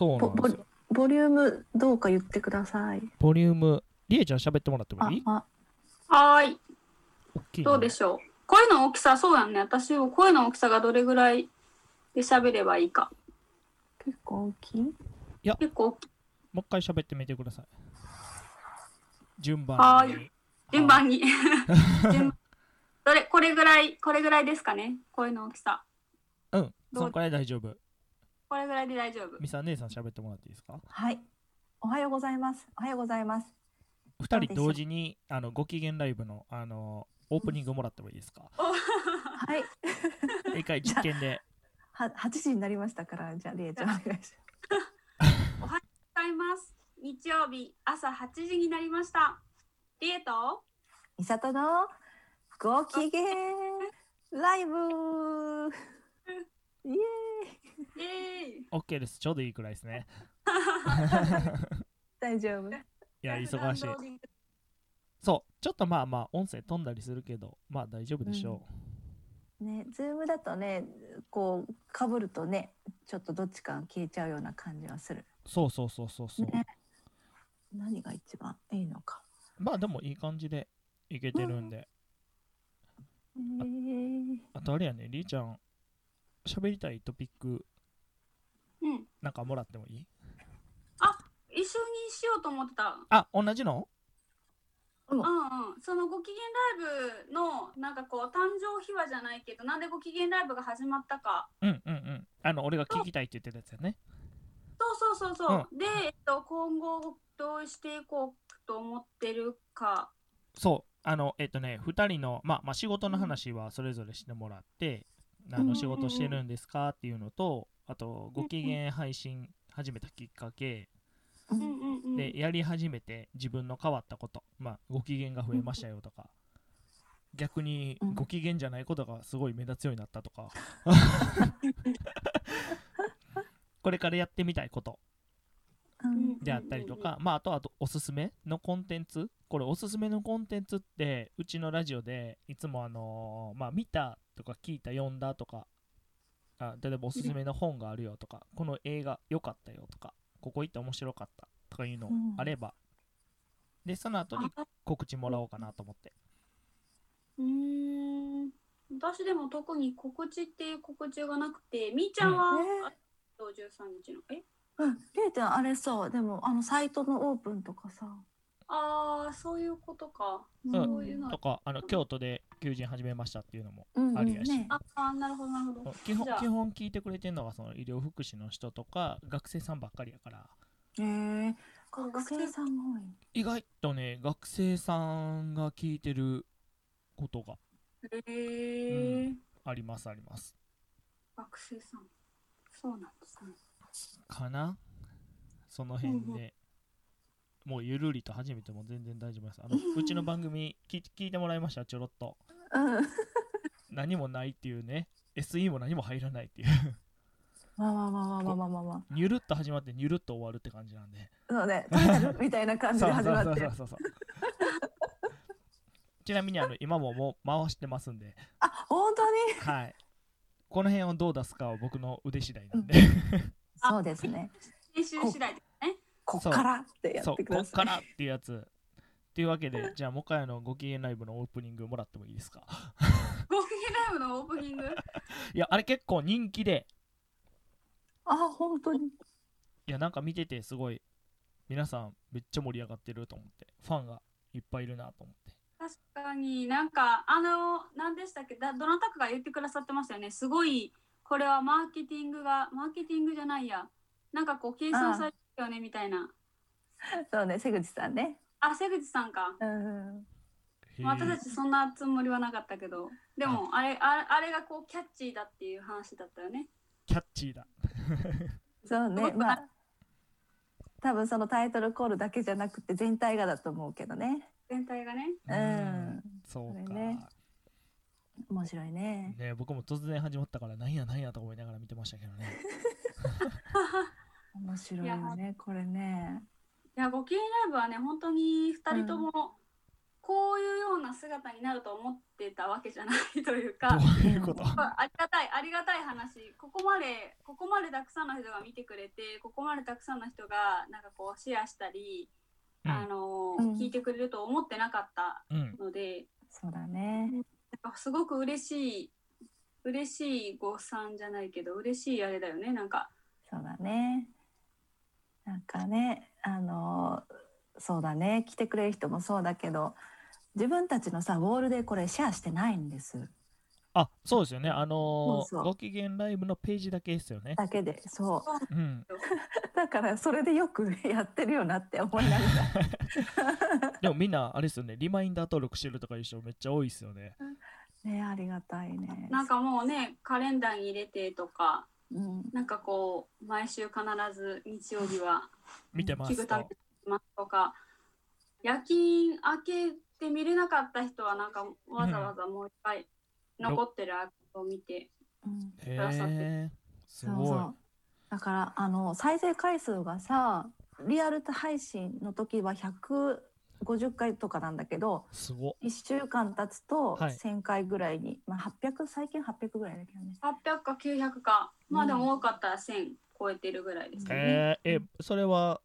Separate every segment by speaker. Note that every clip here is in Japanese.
Speaker 1: そうなんですよ。
Speaker 2: ボリュームどうか言ってください。
Speaker 1: ボリューム、りえちゃん喋ってもらっても
Speaker 2: あ
Speaker 1: いい、
Speaker 2: あ、
Speaker 3: はーい。
Speaker 1: 大きいね、
Speaker 3: どうでしょう。声の大きさ、そうだね。私も声の大きさがどれぐらいで喋ればいいか。
Speaker 2: 結構大きい。
Speaker 3: 結構大きい
Speaker 1: もう一回喋ってみてください。順番
Speaker 3: は
Speaker 1: に
Speaker 3: ーい。順番に。順番どれ、これぐらい、これぐらいですかね。声の大きさ。
Speaker 1: うん、そのくらい大丈夫。
Speaker 3: これぐらいで大丈夫。
Speaker 1: みさん姉さん喋ってもらっていいですか
Speaker 4: はい。おはようございます。おはようございます。
Speaker 1: 二
Speaker 4: うでし
Speaker 1: 人
Speaker 4: ょう
Speaker 1: 同時にあのご機嫌ライブのあのオープニングもらってもいいですか
Speaker 4: はい。
Speaker 1: 一回実験で。
Speaker 4: は8時になりましたから、じゃあ、りえ ちゃんお願いします。
Speaker 3: ございます。日曜日朝8時になりました。リエと
Speaker 4: みさとのご機嫌ライブイエーイ
Speaker 3: イエーイ
Speaker 1: OK です。ちょうどいいくらいです ね。
Speaker 4: 大丈夫。
Speaker 1: いや、忙しい
Speaker 3: ラ。ウンド
Speaker 1: そう、ちょっとまあまあ、音声飛んだりするけど、まあ大丈夫でしょう。
Speaker 4: ね、ズームだとね、こう、かぶるとね、ちょっとどっちか消えちゃうような感じはする。
Speaker 1: そうそうそうそうそう。
Speaker 4: ね何が一番いいのか。
Speaker 1: まあでもいい感じでいけてるんで。
Speaker 4: えー、
Speaker 1: あとあれやね、りーちゃん、喋りたいトピック
Speaker 3: うん。
Speaker 1: なんかもらってもいい
Speaker 3: 一緒にしようと思ってた。
Speaker 1: あ、同じの
Speaker 3: うんうん、そのご機嫌ライブのなんかこう誕生秘話じゃないけどなんでご機嫌ライブが始まったか
Speaker 1: うんうんうん。あの、俺が聞きたいって言ってたやつやね。
Speaker 3: そうそうそうそう、で、えっと、今後どうしていこうと思ってるか
Speaker 1: そう、あの、えっとね、2人の、まあ、まあ、仕事の話はそれぞれしてもらって、あの仕事してるんですかっていうのと、あと、ご機嫌配信始めたきっかけ、
Speaker 3: うんうんうん
Speaker 1: で、やり始めて自分の変わったこと、まあ、ご機嫌が増えましたよとか、逆に
Speaker 4: うん
Speaker 1: ご機嫌じゃないことがすごい目立つようになったとか、 これからやってみたいこと
Speaker 4: うん
Speaker 1: であったりとか、まあ、あとあとおすすめのコンテンツこれおすすめのコンテンツってうちのラジオでいつもあのーまあ見たとか聞いた読んだとかあ例えばおすすめの本があるよとかこの映画良かったよとかここ行って面白かったとかいうの
Speaker 4: うん
Speaker 1: あれば、でその後に
Speaker 3: あ
Speaker 1: 告知もらおうかなと思って
Speaker 3: うーん私でも特に告知っていう告知がなくてみーちゃんは、
Speaker 4: うん
Speaker 3: あと13日のえ
Speaker 4: うん、りえちゃんあれさ、でもあのサイトのオープンとかさ、
Speaker 3: ああそういうことか、
Speaker 1: ん
Speaker 3: そういうの
Speaker 1: とかあの京都で求人始めましたっていうのも
Speaker 4: うん
Speaker 1: あるやし
Speaker 4: ね、
Speaker 3: ああなるほどなるほど
Speaker 1: 基本
Speaker 3: じゃあ
Speaker 1: 基本聞いてくれてるのがその医療福祉の人とか学生さんばっかりやから
Speaker 4: えー、学生さんが多い。
Speaker 1: 意外とね学生さんが聞いてることが
Speaker 3: へえ、
Speaker 1: うありますあります
Speaker 3: 学生さんそうなんですね
Speaker 1: かなその辺
Speaker 3: うん
Speaker 1: で、もうゆるりと始めても全然大丈夫ですあのうちの番組聞い聞いてもらいましたちょろっと
Speaker 4: うん。
Speaker 1: 何もないっていうね SE も何も入らないっていう
Speaker 4: まあまあまあまあまあまあまあまあ。
Speaker 1: にゅるっと始まってにゅるっと終わるって感じなんで
Speaker 4: そ うね、タイトルみたいな感じ
Speaker 1: そう
Speaker 4: で
Speaker 1: そう
Speaker 4: 始まって
Speaker 1: そ
Speaker 4: る
Speaker 1: う。そうそう ちなみにあの今ももう回してますんで
Speaker 4: あ、本当に。
Speaker 1: はいこの辺をどう出すかは僕の腕次第なんで
Speaker 4: そうですね。
Speaker 3: 練習次第で
Speaker 4: こっからってや
Speaker 1: そ
Speaker 4: っ
Speaker 1: う
Speaker 4: てく
Speaker 1: こ
Speaker 4: だ
Speaker 1: っ
Speaker 4: さ
Speaker 1: か
Speaker 4: い。
Speaker 1: らっていうやつ。っていうわけ で、じゃあ、もう一回あのご機嫌ライブのオープニングもらってもいいですか。
Speaker 3: ゴーギライブのオープニング
Speaker 1: いや、あれ結構人気で、
Speaker 4: あ、本当に。
Speaker 1: いや、なんか見ててすごい、皆さんめっちゃ盛り上がってると思って、ファンがいっぱいいるなと思って。
Speaker 3: 確かになんかあの何でしたっけだどなたかが言ってくださってましたよねすごいこれはマーケティングがマーケティングじゃないやなんかこう計算されてるよねみたいな
Speaker 4: そうね、瀬口さんね。
Speaker 3: あ瀬口さんか、
Speaker 4: うん。
Speaker 3: まあ、私た
Speaker 1: へ
Speaker 3: ちそんなつもりはなかったけどでもあれああれがこうキャッチーだっていう話だったよね
Speaker 1: ーキャッチーだ。
Speaker 4: そう
Speaker 3: そ
Speaker 4: ね、
Speaker 3: う
Speaker 4: まあ。多分そのタイトルコールだけじゃなくて、全体がだと思うけどね。
Speaker 3: 全体がね
Speaker 4: う
Speaker 1: ー
Speaker 4: ん。
Speaker 1: そう
Speaker 4: そ
Speaker 1: か。
Speaker 4: れね面白いね。
Speaker 1: ね、僕も突然始まったから、なんやなんやと思いながら見てましたけどね。
Speaker 4: 面白いよね、これね。
Speaker 3: いやご機嫌ライブはね本当に2人ともこういうような姿になると思ってたわけじゃないという
Speaker 1: ど
Speaker 3: か。
Speaker 1: ういうこと
Speaker 3: ありがたいありがたい話ここまでここまでたくさんの人が見てくれてここまでたくさんの人がなんかこうシェアしたり、
Speaker 1: うん
Speaker 3: あの
Speaker 4: うん
Speaker 3: 聞いてくれると思ってなかった
Speaker 1: うん
Speaker 3: ので
Speaker 4: そうだね。
Speaker 3: なんかすごく嬉しい嬉しい誤算じゃないけど嬉しいあれだよねなんか
Speaker 4: そうだね。なんかね、あのそうだね。来てくれる人もそうだけど、自分たちのさウォールでこれシェアしてないんです。
Speaker 1: あそうですよねあのー
Speaker 4: そうそう
Speaker 1: ご機嫌ライブのページだけですよね
Speaker 4: だけで、そう。
Speaker 1: うん
Speaker 4: だからそれでよく やってるよなって思いなが ら。
Speaker 1: でもみんなあれですよねリマインダー登録してるとかいう人めっちゃ多いですよね
Speaker 4: ね、ありがたいね。
Speaker 3: なんかもうねカレンダーに入れてとか
Speaker 4: うん、
Speaker 3: なんかこう毎週必ず日曜日は
Speaker 1: 見てま
Speaker 3: 聞
Speaker 1: す
Speaker 3: くため
Speaker 1: と
Speaker 3: にますとか夜勤明けて見れなかった人はなんかわざわざもう一回残ってるアーカイブを見て、
Speaker 4: うん、
Speaker 1: へ
Speaker 3: ださって
Speaker 1: えす
Speaker 4: そう
Speaker 1: ごい
Speaker 4: そう。だからあの再生回数がさ、リアル配信の時は150回とかなんだけど、
Speaker 1: すご
Speaker 4: 1週間経つと
Speaker 1: はい
Speaker 4: 1000回ぐらいに、まあ800最近800ぐらいだけどね。
Speaker 3: 800か900かまあで
Speaker 4: うん
Speaker 3: も多かったら1000超えてるぐらいですね、
Speaker 1: えー、えそれは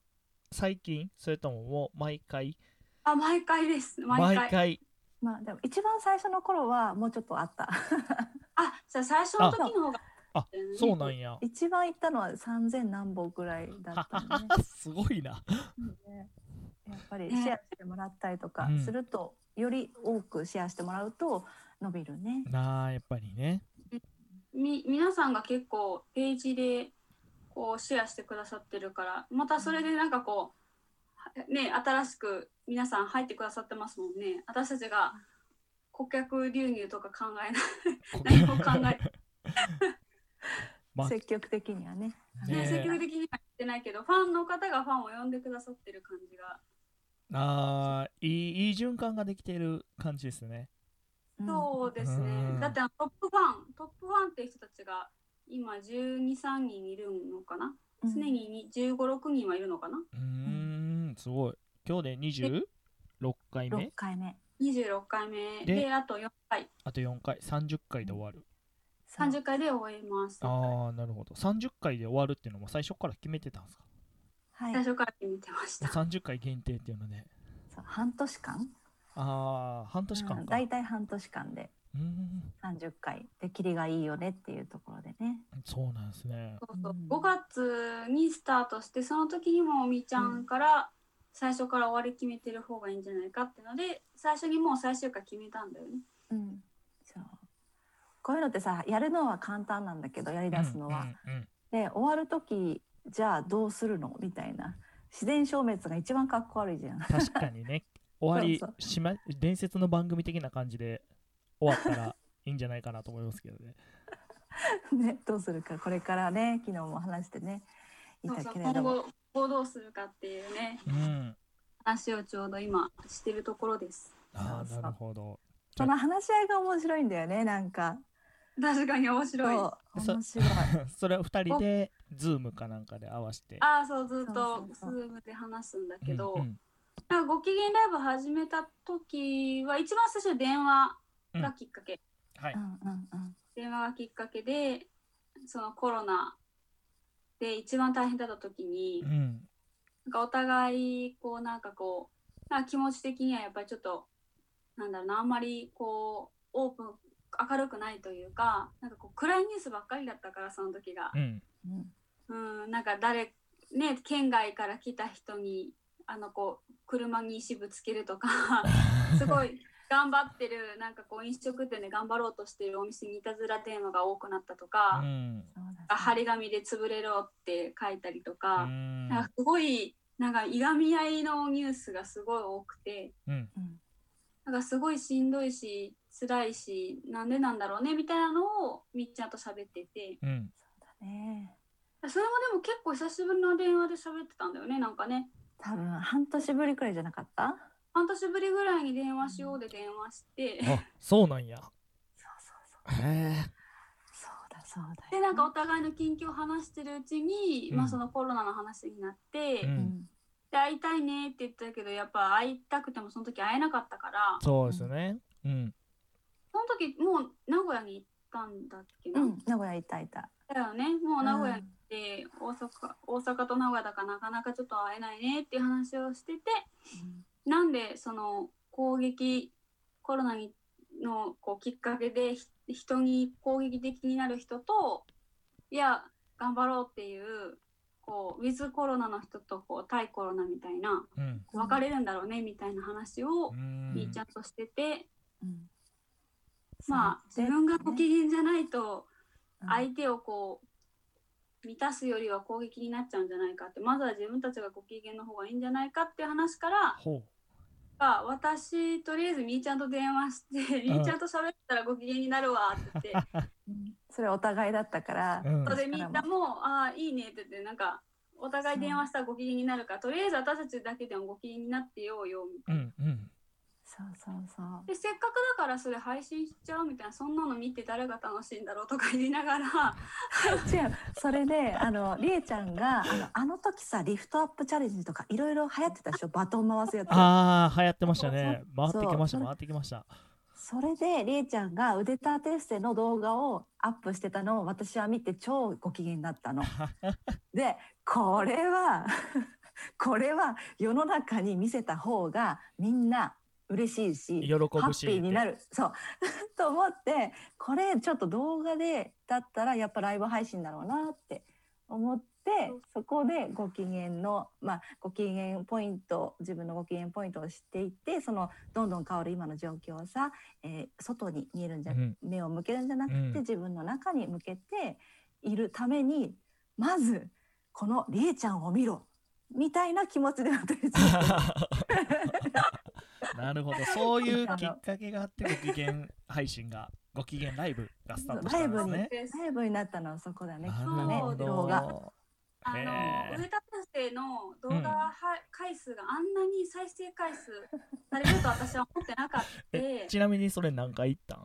Speaker 1: 最近それとももう毎回
Speaker 3: あ毎回です毎回
Speaker 4: まあでも一番最初の頃はもうちょっとあった。 あ、
Speaker 3: じゃあ最初の時の方が
Speaker 1: あそうなんや
Speaker 4: 一番行ったのは3000何本ぐらいだったの ね。
Speaker 1: すごいな
Speaker 4: ねやっぱりシェアしてもらったりとか
Speaker 1: うん
Speaker 4: すると、より多くシェアしてもらうと伸びるね。
Speaker 1: なあやっぱりね
Speaker 3: み皆さんが結構ページでこうシェアしてくださってるからまたそれでなんかこうね新しく皆さん入ってくださってますもんね私たちが顧客流入とか考えない何も考え
Speaker 1: まあ
Speaker 4: 積極的にはね。
Speaker 3: て、
Speaker 1: ね
Speaker 3: 積極的には言ってないけどファンの方がファンを呼んでくださってる感じが、
Speaker 1: あーいいいい循環ができている感じですね
Speaker 4: うん
Speaker 3: そうですね
Speaker 1: うん
Speaker 3: だってあのトップファントップファンっていう人たちが今1 2 3人いるのかな、
Speaker 4: うん
Speaker 3: 常に1 5 6人はいるのかな
Speaker 1: うーんすごい今日で26回
Speaker 4: 六
Speaker 1: 目
Speaker 4: 回目。
Speaker 3: 26回目
Speaker 1: で
Speaker 3: であと4回
Speaker 1: あと4回30回で終わる
Speaker 4: そう
Speaker 3: 30回で終えます
Speaker 1: ああなるほど30回で終わるっていうのも最初から決めてたんですか
Speaker 4: はい
Speaker 3: 最。初から見てました。
Speaker 1: 30回限定っていうのね
Speaker 4: そう半年間。
Speaker 1: ああ半年
Speaker 4: う
Speaker 1: 間
Speaker 4: ん
Speaker 1: か
Speaker 4: 大体半年間で
Speaker 1: うん
Speaker 4: 三十回でキリがいいよねっていうところでね。
Speaker 1: そうなんですね
Speaker 3: そうそう
Speaker 4: うん
Speaker 3: 5月にスタートしてその時にもみーちゃんから最初から終わり決めてる方がいいんじゃないかってので最初にもう最終回決めたんだよね。
Speaker 4: うん。そう。こういうのってさやるのは簡単なんだけどやり出すのは。
Speaker 1: うんうんうん
Speaker 4: で終わる時じゃあどうするのみたいな自然消滅が一番かっこ悪いじゃん。
Speaker 1: 確かにね終わり
Speaker 4: そう
Speaker 1: しま伝説の番組的な感じで終わったらいいんじゃないかなと思いますけどね
Speaker 4: ね、どうするかこれからね昨日も話してねい
Speaker 3: そうそ
Speaker 4: た
Speaker 3: う
Speaker 4: けれ
Speaker 3: 今
Speaker 4: ども
Speaker 3: 後どうどうするかっていうね
Speaker 1: うん
Speaker 3: 話をちょうど今してるところです。
Speaker 1: ああ
Speaker 4: そうそう
Speaker 1: なるほど
Speaker 4: その話し合いが面白いんだよねなんか
Speaker 3: 確かに面
Speaker 4: そう
Speaker 3: 白い。
Speaker 1: そ
Speaker 4: 面白い
Speaker 1: それを2人でズームかなんかで合わせて
Speaker 3: ああそうずっとズ
Speaker 4: そうそうそう、
Speaker 3: ームで話すんだけど、
Speaker 1: うんうん
Speaker 3: なんかご機嫌ライブ始めた時は一番最初電話がきっかけ。
Speaker 1: はいう
Speaker 4: んうんうん
Speaker 3: 電話がきっかけでそのコロナで一番大変だった時に
Speaker 1: う、ん、
Speaker 3: なんかお互いこうなんかこうなんか気持ち的にはやっぱりちょっとなんだろうなあんまりこうオープン明るくないというかなんかこう暗いニュースばっかりだったからその時が
Speaker 1: う。ん、
Speaker 4: うん
Speaker 3: うん、なんか誰ね県外から来た人にあのこう車に石ぶつける とかすごい頑張ってるなんかこう飲食店で頑張ろうとしてるお店にいたずら電話が多くなったとか、
Speaker 1: うん
Speaker 4: そうだ
Speaker 3: 張り紙で潰れろって書いたりと
Speaker 1: う
Speaker 3: か、
Speaker 1: ん
Speaker 3: なんかすごいなんかいがみ合いのニュースがすごい多くて
Speaker 1: うん
Speaker 4: うん
Speaker 3: なんかすごいしんどいし辛いしなんでなんだろうねみたいなのをみっちゃんと喋ってて
Speaker 1: うん
Speaker 4: だね
Speaker 3: それもでも結構久しぶりの電話で喋ってたんだよねなんかね
Speaker 4: 多分半年ぶりくらいじゃなかった
Speaker 3: 半年ぶりぐらいに電話しようで電話して、
Speaker 1: あそうなんや
Speaker 4: そうそうそう
Speaker 1: へえ
Speaker 4: そうだそうだ
Speaker 3: でなんかお互いの近況を話してるうちに、
Speaker 1: うん
Speaker 3: まあ、そのコロナの話になって、
Speaker 1: う
Speaker 4: うんん
Speaker 3: て会いたいねって言ったけどやっぱ会いたくてもその時会えなかったから
Speaker 1: そうですよね。うん。
Speaker 3: その時もう名古屋に行ったんだっけな、
Speaker 4: うん、名古屋いたいた。
Speaker 3: だよねもう名古屋に行って、大阪大阪と名古屋だからなかなかちょっと会えないねっていう話をしててなんでその攻撃コロナにのこうきっかけでひ人に攻撃的になる人といや頑張ろうっていうこうウィズコロナの人とこう対コロナみたいな
Speaker 1: うん。
Speaker 3: 分かれるんだろうねみたいな話を
Speaker 1: うん
Speaker 3: みーちゃんとしてて、
Speaker 4: うん
Speaker 3: まあ自分がご機嫌じゃないと
Speaker 4: うん
Speaker 3: 相手をこう満たすよりは攻撃になっちゃうんじゃないかってまずは自分たちがご機嫌の方がいいんじゃないかっていう話から
Speaker 1: ほ
Speaker 3: まあ私とりあえずみーちゃんと電話してみーちゃんと喋ったらご機嫌になるわって 言って
Speaker 4: それお互いだったから
Speaker 1: う。う、ん
Speaker 3: そ。れでみーちゃんも「ああいいね」って言ってなんかお互い電話したらご機嫌になるからとりあえず私たちだけでもご機嫌になってようよみた
Speaker 1: う
Speaker 3: いな。
Speaker 1: ん。うん。
Speaker 4: そうそうそう。
Speaker 3: でせっかくだからそれ配信しちゃうみたいなそんなの見て誰が楽しいんだろうとか言いながら
Speaker 4: 違うそれであのりえちゃんがあのあの時さリフトアップチャレンジとかいろいろ流行ってたでしょバトン回すやつ
Speaker 1: ああ、流行ってましたね。回
Speaker 4: そ
Speaker 1: っ
Speaker 4: う
Speaker 1: てきました。
Speaker 4: そう
Speaker 1: 回ってきました。
Speaker 4: それでりえちゃんが腕立て伏せの動画をアップしてたのを私は見て超ご機嫌だっ たの。でこれは これは世の中に見せた方がみんな嬉しいし
Speaker 1: 喜ぶし。
Speaker 4: ハッピーにな
Speaker 1: る。
Speaker 4: るそう と思ってこれちょっと動画でだったらやっぱライブ配信だろうなって思ってそこでご機嫌のまあご機嫌ポイント自分のご機嫌ポイントを知っていってそのどんどん変わる今の状況をさ、えー外に見えるんじゃ、
Speaker 1: うん
Speaker 4: 目を向けるんじゃなくて、
Speaker 1: うん
Speaker 4: 自分の中に向けているためにまずこのりえちゃんを見ろみたいな気持ちで私
Speaker 1: なるほど。そういうきっかけがあって、ご機嫌配信が、ご機嫌ライブがスタートしたんです
Speaker 4: ライブ
Speaker 1: ね。
Speaker 3: です
Speaker 4: ライブになったのはそこだねきっ
Speaker 1: な
Speaker 4: と
Speaker 1: る
Speaker 4: ね
Speaker 1: ほ
Speaker 4: 動画。
Speaker 1: ど。
Speaker 3: あの
Speaker 1: へー
Speaker 3: 腕立て伏せの動画は回数があんなに再生回数されると私は思ってなかった
Speaker 1: え
Speaker 3: え
Speaker 1: ちなみにそれ何回行ったん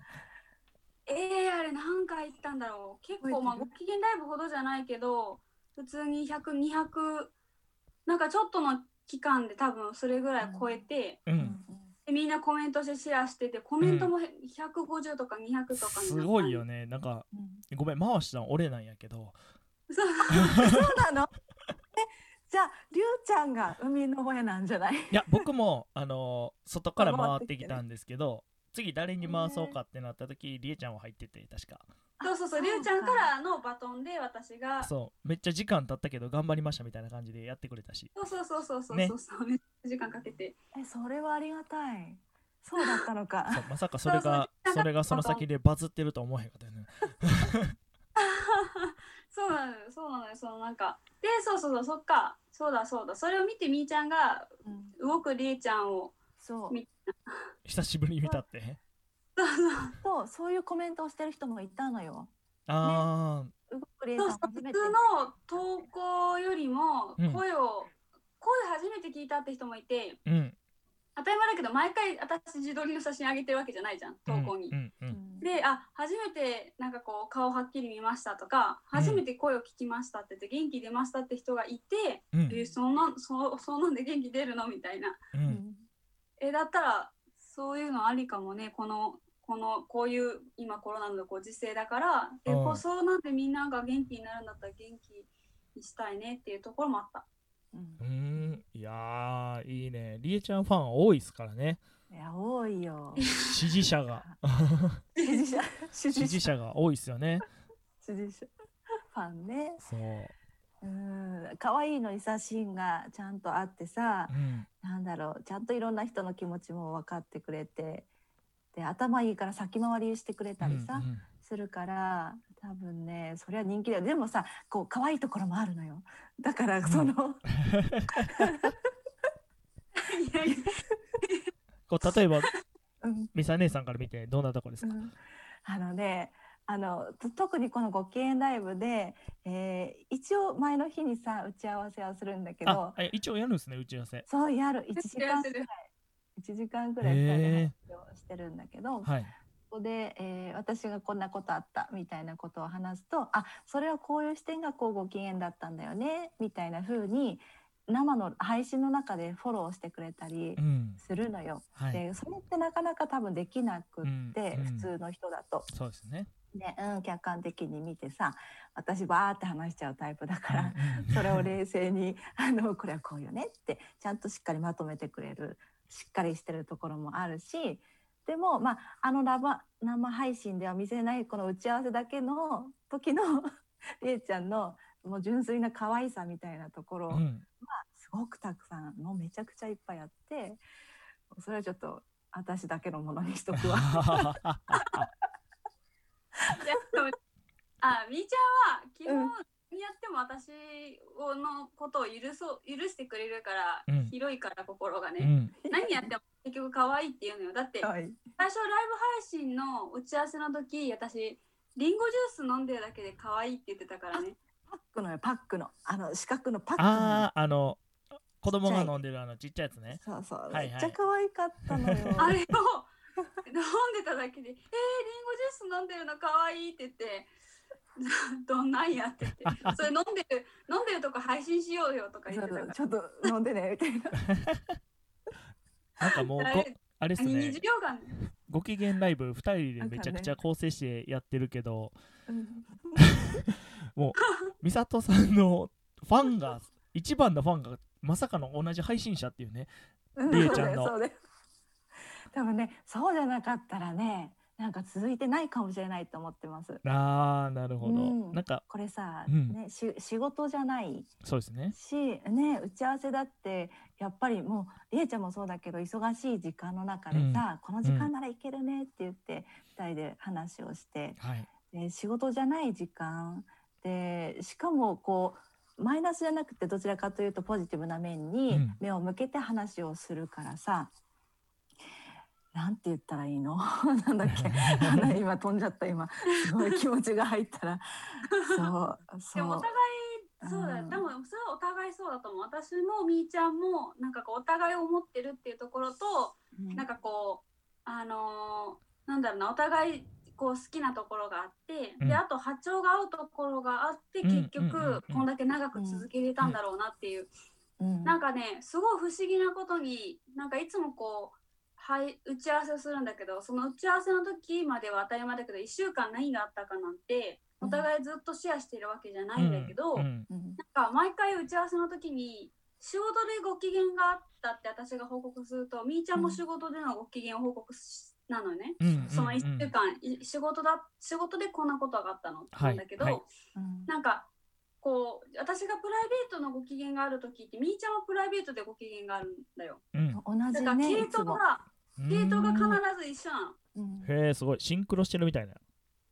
Speaker 3: えー、あれ何回言ったんだろう結構まあご機嫌ライブほどじゃないけど普通に100200なんかちょっとの期間で多分それぐらい超えて、
Speaker 1: う。
Speaker 4: うんん
Speaker 3: でみんなコメントしてシェアしててコメントも150とか200とかになった
Speaker 1: すごいよね。なんか、
Speaker 4: うん
Speaker 1: ごめん、回したん俺なんやけど。
Speaker 3: そう
Speaker 4: そうなのえじゃありゅうちゃんが海の親なんじゃない
Speaker 1: いや、僕も、あのー外から回ってきたんですけど、次誰に回そうかってなった時、りえちゃんは入ってて、確か。
Speaker 3: そうそうそうりゅうちゃんからのバトンで私がそ
Speaker 1: そう、めっちゃ時間経ったけど、頑張りましたみたいな感じでやってくれたし。
Speaker 3: うそうそうそうそう
Speaker 1: ね
Speaker 3: そうそう、めっちゃ時間かけて
Speaker 4: えそれはありがたいそうだった
Speaker 1: そ
Speaker 4: の
Speaker 1: う
Speaker 4: か
Speaker 1: まさかそれが、
Speaker 3: そうそ
Speaker 1: そうれがその先でバズってるとは思わへんかったよね。
Speaker 3: そうなのよそうなのよそのなんかでそうそうそうそっかそうだそうだそれを見てみーちゃんが
Speaker 4: うん
Speaker 3: 動くりえちゃんを
Speaker 4: そう
Speaker 3: み
Speaker 1: 久しぶりに見たって。
Speaker 3: そうそ
Speaker 4: と
Speaker 3: う
Speaker 4: そういうコメントをしてる人もいたのよ
Speaker 1: あー、
Speaker 4: 動くりえさ
Speaker 3: そ
Speaker 4: ん初
Speaker 3: うそう普
Speaker 4: め
Speaker 3: 通
Speaker 4: て
Speaker 3: の投稿よりも
Speaker 1: うん
Speaker 3: 声を、声初めて聞いたって人もいて
Speaker 1: うん。
Speaker 3: 当たり前だけど毎回私自撮りの写真あげてるわけじゃないじゃん投稿に。
Speaker 1: うんうんう。
Speaker 4: うんん
Speaker 3: であ初めてなんかこう顔はっきり見ましたとか
Speaker 1: うん
Speaker 3: 初めて声を聞きましたって言って元気出ましたって人がいて、
Speaker 1: うん
Speaker 3: えーそんなそうそんなんで元気出るのみたいな
Speaker 1: うん
Speaker 4: う
Speaker 1: うん
Speaker 4: ん
Speaker 3: えだったらそういうのありかもねこのこのこういう今コロナのご時世だからえ
Speaker 1: うん
Speaker 3: こうそうなんでみんなが元気になるんだったら元気にしたいねっていうところもあ った
Speaker 4: うん
Speaker 1: うーん。いやー、いいね。りえちゃんファン多いですからね。
Speaker 4: いや多いよ
Speaker 1: 支持者 が。
Speaker 4: 支持者
Speaker 1: 支
Speaker 4: 支持
Speaker 1: 持
Speaker 4: 者
Speaker 1: 者が多いですよね。
Speaker 4: 支持者ファンね
Speaker 1: そう。
Speaker 4: うん可愛いのにさ芯がちゃんとあってさ
Speaker 1: うん。
Speaker 4: なんだろうちゃんといろんな人の気持ちも分かってくれてで頭いいから先回りしてくれたりさ、
Speaker 1: うん
Speaker 4: するから多分ねそれは人気だよでもさこう可愛いところもあるのよだからその、
Speaker 1: こう例えば、
Speaker 4: うん
Speaker 1: ミサ姉さんから見て、どんなとこです
Speaker 4: う
Speaker 1: か、
Speaker 4: んあのねあのと特にこの「ご機嫌ライブで」えー一応前の日にさ打ち合わせはするんだけ
Speaker 1: あ
Speaker 4: ど、
Speaker 1: え一応やるんですね、打ち合わせ。
Speaker 4: そうやる1時間
Speaker 3: する
Speaker 4: 1時間ぐらい2人で話をしてるんだけど、
Speaker 1: はい。
Speaker 4: ここで、えー私がこんなことあったみたいなことを話すとあそれはこういう視点がこうご機嫌だったんだよねみたいな風に生の配信の中でフォローしてくれたり
Speaker 1: うん
Speaker 4: するのよ。
Speaker 1: はい
Speaker 4: でそれってなかなか多分できなくって、
Speaker 1: うんうん
Speaker 4: 普通の人だと、
Speaker 1: そうですね
Speaker 4: ねうん、客観的に見てさ私バーって話しちゃうタイプだから、
Speaker 1: うんうん
Speaker 4: それを冷静にあの これはこうよねってちゃんとしっかりまとめてくれるしっかりしてるところもあるしでも、まあ、あのラバ生配信では見せないこの打ち合わせだけの時の れいちゃんのもう純粋な可愛さみたいなところ、
Speaker 1: うん
Speaker 4: すごくたくさんもうめちゃくちゃいっぱいあってそれはちょっと私だけのものにしとく わ。
Speaker 3: あみーちゃんは基本
Speaker 4: うん
Speaker 3: 何やっても私のことを許そう許してくれるから、
Speaker 1: うん
Speaker 3: 広いから心が
Speaker 1: う
Speaker 3: ね、
Speaker 1: ん
Speaker 3: 何やっても結局可愛いっていうのよだって最初ラ
Speaker 4: は
Speaker 3: イ
Speaker 4: い
Speaker 3: ブ配信の打ち合わせの時私リンゴジュース飲んでるだけで可愛いって言ってたからね
Speaker 4: パックのよパックのあの四角のパックの
Speaker 1: あああの子供が飲んでるあのちっちゃいやつね
Speaker 4: そうそう、
Speaker 1: はいはい
Speaker 4: めっちゃ可愛かったのよ
Speaker 3: あれを飲んでただけで「えー、リンゴジュース飲んでるの可愛いって言って 「どんなんや」って言って「それ飲んでる飲んでるとこ配信しようよ」とか言
Speaker 4: そ
Speaker 3: っ
Speaker 4: う
Speaker 3: てた
Speaker 4: そ
Speaker 3: から
Speaker 4: うちょっと飲んでねみたい な
Speaker 1: なんかもうごあれです
Speaker 3: 何に
Speaker 1: ね
Speaker 3: 需要があんの
Speaker 1: ご機嫌ライブ2人でめちゃくちゃ構成してやってるけど
Speaker 4: うん
Speaker 1: もう美里さんのファンが一番のファンがまさかの同じ配信者っていうね
Speaker 4: うん
Speaker 1: りえちゃんの
Speaker 4: そうだよそうだよ多分ねそうじゃなかったらねなんか続いてないかもしれないと思ってます
Speaker 1: あーなるほど、
Speaker 4: うん
Speaker 1: なんか
Speaker 4: これさ、
Speaker 1: うん
Speaker 4: ねし仕事じゃない
Speaker 1: そうですね
Speaker 4: しね打ち合わせだってやっぱりもうりえちゃんもそうだけど忙しい時間の中でさ、この時間ならいけるねって言って2人で話をして、
Speaker 1: はい
Speaker 4: で仕事じゃない時間でしかもこうマイナスじゃなくてどちらかというとポジティブな面
Speaker 1: う
Speaker 4: に
Speaker 1: ん
Speaker 4: 目を向けて話をするからさ、なんて言ったらいいの なんだっけあの今飛んじゃった今すごい気持ちが入ったらそう
Speaker 3: でも
Speaker 4: そ
Speaker 3: お
Speaker 4: う
Speaker 3: 互いそうだ、
Speaker 4: うん
Speaker 3: でもそれはお互いそうだと思う私もみーちゃんもなんかこうお互いを持ってるっていうところと、
Speaker 4: うん
Speaker 3: なんかこうあのーなんだろうなお互いこう好きなところがあって、
Speaker 1: うん
Speaker 3: であと波長が合うところがあって
Speaker 1: うん
Speaker 3: 結
Speaker 1: うんうんうん
Speaker 3: 局こんだけ長く続けれたんだろうなっていう、
Speaker 4: うん
Speaker 3: なんかねすごい不思議なことになんかいつもこうはい打ち合わせをするんだけどその打ち合わせの時までは当たり前だけど1週間何があったかなんてお互いずっとシェアしてるわけじゃないんだけど、
Speaker 1: うんうん
Speaker 4: うん
Speaker 3: なんか毎回打ち合わせの時に仕事でご機嫌があったって私が報告するとみーちゃんも仕事でのご機嫌を報告しなのね、
Speaker 1: うんうんうん
Speaker 3: その1週間、い仕事だ仕事でこんなことがあったの
Speaker 1: はい
Speaker 3: なんだけど、
Speaker 1: はい
Speaker 4: うん
Speaker 3: なんかこう私がプライベートのご機嫌がある時ってみーちゃんはプライベートでご機嫌があるんだよ
Speaker 1: うん
Speaker 4: 同
Speaker 3: だ
Speaker 4: じ
Speaker 3: から
Speaker 4: ね
Speaker 3: 系
Speaker 4: いつ
Speaker 3: 統
Speaker 4: も、
Speaker 3: が
Speaker 1: うん
Speaker 3: 系統が必ず一緒なの
Speaker 4: うん
Speaker 1: へえすごいシンクロしてるみたいな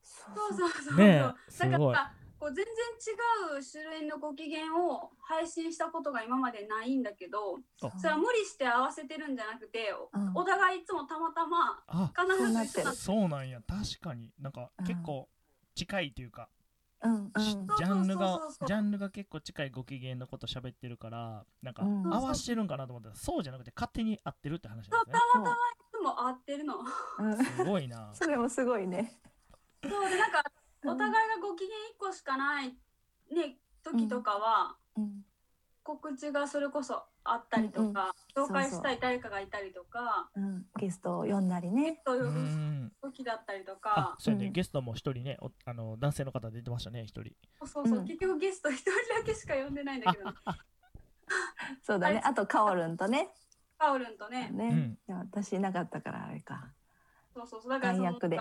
Speaker 4: そう
Speaker 3: そう
Speaker 4: そう
Speaker 3: そうそうそう、
Speaker 1: ねえ
Speaker 3: だ
Speaker 1: すご
Speaker 3: か
Speaker 1: い
Speaker 3: らこう全然違う種類のご機嫌を配信したことが今までないんだけど、それは無理して合わせてるんじゃなくて、お
Speaker 4: うん
Speaker 3: お互いいつもたまたま
Speaker 1: あ
Speaker 3: 必
Speaker 4: そう
Speaker 3: ず
Speaker 4: なっ
Speaker 3: 一緒
Speaker 4: て
Speaker 3: な
Speaker 4: る
Speaker 3: の
Speaker 1: そうなんや確かになんか
Speaker 4: うん
Speaker 1: 結構近いというか、
Speaker 4: うんう
Speaker 1: し
Speaker 4: ん
Speaker 1: ジャンルが
Speaker 3: そうそうそうそう
Speaker 1: ジャンルが結構近いご機嫌のこと喋ってるからなんか
Speaker 4: うん
Speaker 1: 合わしてるんかなと思ったらそうじゃなくて勝手に合ってるって話なん
Speaker 3: そう
Speaker 1: で
Speaker 3: たまたまいつも合ってるの
Speaker 4: うん
Speaker 1: すねすごいな
Speaker 4: それもすごいね。
Speaker 3: そうでなんか
Speaker 4: うん
Speaker 3: お互いがご機嫌1個しかないね時とかは、
Speaker 4: うん
Speaker 3: 告知がそれこそあったりとか、
Speaker 4: うん
Speaker 3: 紹介したい誰かがいたりとか
Speaker 4: うん、ゲストを呼んだりね。
Speaker 3: そう
Speaker 1: う
Speaker 3: いうん時だったりと
Speaker 1: あ
Speaker 3: か、
Speaker 1: そうやね、
Speaker 4: うん
Speaker 1: ゲストも一人ねおあの男性の方出てましたね一人
Speaker 3: そうそうそう、
Speaker 4: うん
Speaker 3: 結局ゲスト1人だけしか呼んでないんだ けど、ね、
Speaker 4: そうだ
Speaker 3: あ
Speaker 4: ね
Speaker 3: れ。
Speaker 4: あとカオルンとね。
Speaker 3: パウルンとね、
Speaker 1: う
Speaker 4: ね
Speaker 1: ん、
Speaker 4: いや私いなかったからあれか。
Speaker 3: そうそうそうだから
Speaker 4: 代
Speaker 3: その
Speaker 4: 役で。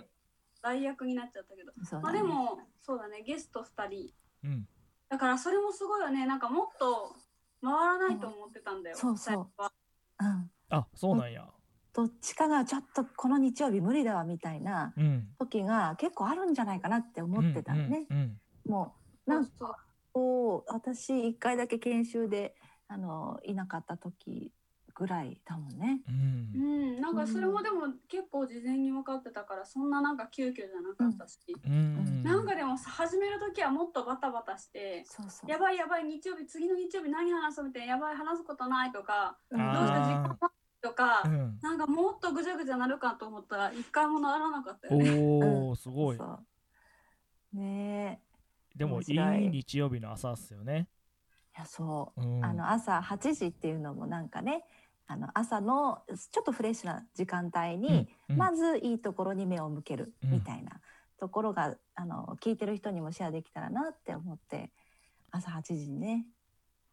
Speaker 3: 代役になっちゃったけど、
Speaker 4: そう
Speaker 3: ま
Speaker 4: だ
Speaker 3: あ
Speaker 4: ね
Speaker 3: でもそうだねゲスト2人
Speaker 1: うん
Speaker 3: だからそれもすごいよねなんかもっと回らないと思ってたんだよ、
Speaker 4: そうそう
Speaker 3: 最初は
Speaker 4: うん。
Speaker 1: あそうなんや
Speaker 4: どっちかがちょっとこの日曜日無理だわみたいな
Speaker 1: うん
Speaker 4: 時が結構あるんじゃないかなって思ってたのね。
Speaker 1: うんうん
Speaker 4: もうなん
Speaker 3: そう
Speaker 4: こう私一回だけ研修であのいなかった時ぐらいだもんね。
Speaker 1: う
Speaker 3: うんんなんかそれもでも結構事前に分かってたからそんななんか急遽じゃなかったし、
Speaker 1: うんうん
Speaker 3: なんかでもさ始める時はもっとバタバタして
Speaker 4: そうそう。
Speaker 3: やばいやばい日曜日次の日曜日何話すみたいなやばい話すことないとか
Speaker 4: うん
Speaker 3: どうした時間ないとか、
Speaker 1: うん
Speaker 3: なんかもっとぐちゃぐちゃなるかと思ったら一回もならなかったよね
Speaker 1: おおすごい
Speaker 4: そうねえ
Speaker 1: でも
Speaker 4: 面
Speaker 1: いい
Speaker 4: 白い
Speaker 1: 日曜日の朝っすよね
Speaker 4: やそうう、
Speaker 1: ん
Speaker 4: あの朝8時っていうのもなんかねあの朝のちょっとフレッシュな時間帯に、
Speaker 1: うん
Speaker 4: まずいいところに目を向ける
Speaker 1: うん
Speaker 4: みたいなところが、あの聞いてる人にもシェアできたらなって思って朝8時にね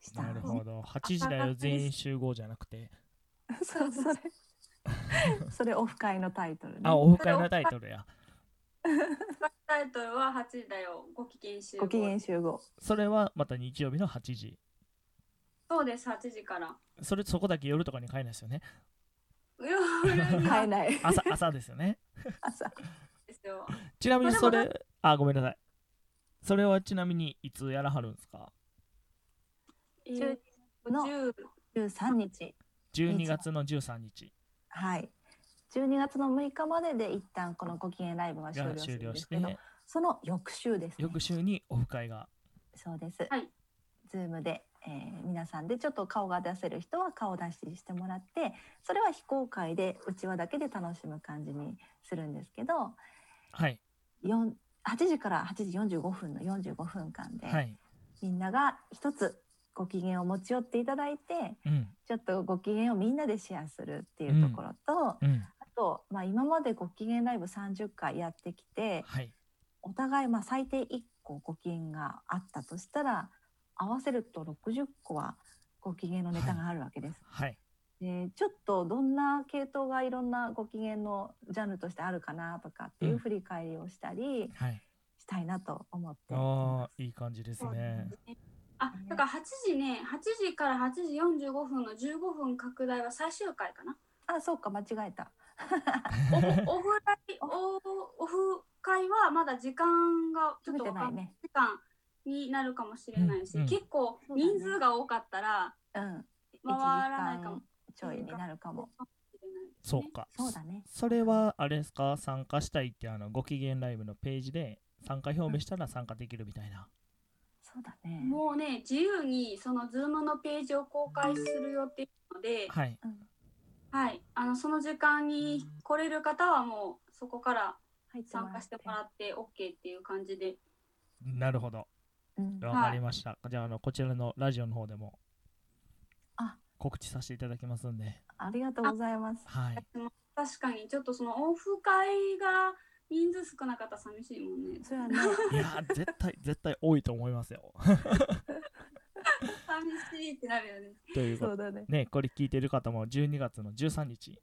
Speaker 4: した
Speaker 1: なるほど8時だよ全員集合じゃなくて
Speaker 4: そうそ れそれオフ会のタイトルね
Speaker 1: あオフ会のタイトルや
Speaker 3: タイトルは8時だよ、ご機嫌集合。
Speaker 4: ご機嫌集合
Speaker 1: それはまた日曜日の8時
Speaker 3: そうです、8時から。
Speaker 1: それそこだけ夜とかに買えないですよね
Speaker 3: 夜に
Speaker 4: 買え
Speaker 3: は
Speaker 4: ない
Speaker 1: 朝朝ですよね
Speaker 4: 朝
Speaker 3: ですよ。
Speaker 1: ちなみにそ
Speaker 3: それも
Speaker 1: れあごめんなさいそれはちなみにいつやらはるんですか
Speaker 3: 10
Speaker 4: の
Speaker 3: 10
Speaker 4: 13日
Speaker 1: 12月の13日
Speaker 4: はい12月の6日までで一旦このご機嫌ライブは終
Speaker 1: が
Speaker 4: 了す
Speaker 1: 終
Speaker 4: るん
Speaker 1: 了
Speaker 4: で
Speaker 1: し
Speaker 4: す
Speaker 1: て
Speaker 4: けどその翌週です、ね、
Speaker 1: 翌週にオフ会が
Speaker 4: そうです、
Speaker 3: はい
Speaker 4: ズームで、えー皆さんでちょっと顔が出せる人は顔出ししてもらってそれは非公開でうちわだけで楽しむ感じにするんですけど
Speaker 1: はい
Speaker 4: よん8時から8時45分の45分間で、
Speaker 1: はい
Speaker 4: みんなが一つご機嫌を持ち寄っていただいて
Speaker 1: うん
Speaker 4: ちょっとご機嫌をみんなでシェアするっていうところと、あ
Speaker 1: うん
Speaker 4: と、まあ、今までご機嫌ライブ30回やってきて、
Speaker 1: はい
Speaker 4: お互いまあ最低1個ご機嫌があったとしたら合わせると60個はご機嫌のネタがあるわけです。
Speaker 1: はい
Speaker 4: でちょっとどんな系統がいろんなご機嫌のジャンルとしてあるかなとかっていううん振り返りをしたり
Speaker 1: はい
Speaker 4: したいなと思ってい
Speaker 1: あ
Speaker 4: ま
Speaker 1: あいい感じです
Speaker 3: そう
Speaker 1: ね
Speaker 3: ですねあ、だから8時ね、8時から8時45分の15分拡大は最終回 かな。
Speaker 4: す。あそうか間違えた。
Speaker 3: オフライオオフ会はまだ時間がち
Speaker 4: 食
Speaker 3: ょっ
Speaker 4: べ
Speaker 3: と
Speaker 4: て
Speaker 3: わ
Speaker 4: な
Speaker 3: か
Speaker 4: い
Speaker 3: んない
Speaker 4: ね。
Speaker 3: 時間になるかもしれないし、
Speaker 1: うんうん
Speaker 3: 結構人数が多かったら
Speaker 4: うん。
Speaker 3: 回らないかも
Speaker 4: 1時間ちょいになるかも。
Speaker 3: しれないです
Speaker 1: そ
Speaker 3: ね。
Speaker 1: うか
Speaker 4: そうだね。
Speaker 1: それはあれですか参加したいってあのご機嫌ライブのページで参加表明したら参加できるみたいな、
Speaker 4: そうだね。
Speaker 3: もうね、自由にそのズームのページを公開する予定なので、
Speaker 1: はい
Speaker 4: うん
Speaker 3: はい、あのその時間に来れる方はもうそこから
Speaker 4: 入って
Speaker 3: 参加してもらって OK っていう感じで、
Speaker 1: なるほど
Speaker 4: うん。
Speaker 1: わかりました、じゃああのこちらのラジオの方でも
Speaker 4: あ
Speaker 1: 告知させていただきますんで
Speaker 4: ありがとうございます。
Speaker 1: はい
Speaker 3: 確かにちょっとそのオフ会が人数少なかったら寂しいもんね。
Speaker 4: それ はね。
Speaker 1: いやー絶対絶対多いと思いますよ
Speaker 3: 寂しいってなるよね。
Speaker 1: ということ
Speaker 4: そうだね。
Speaker 1: でねこれ聞いてる方も12月の13日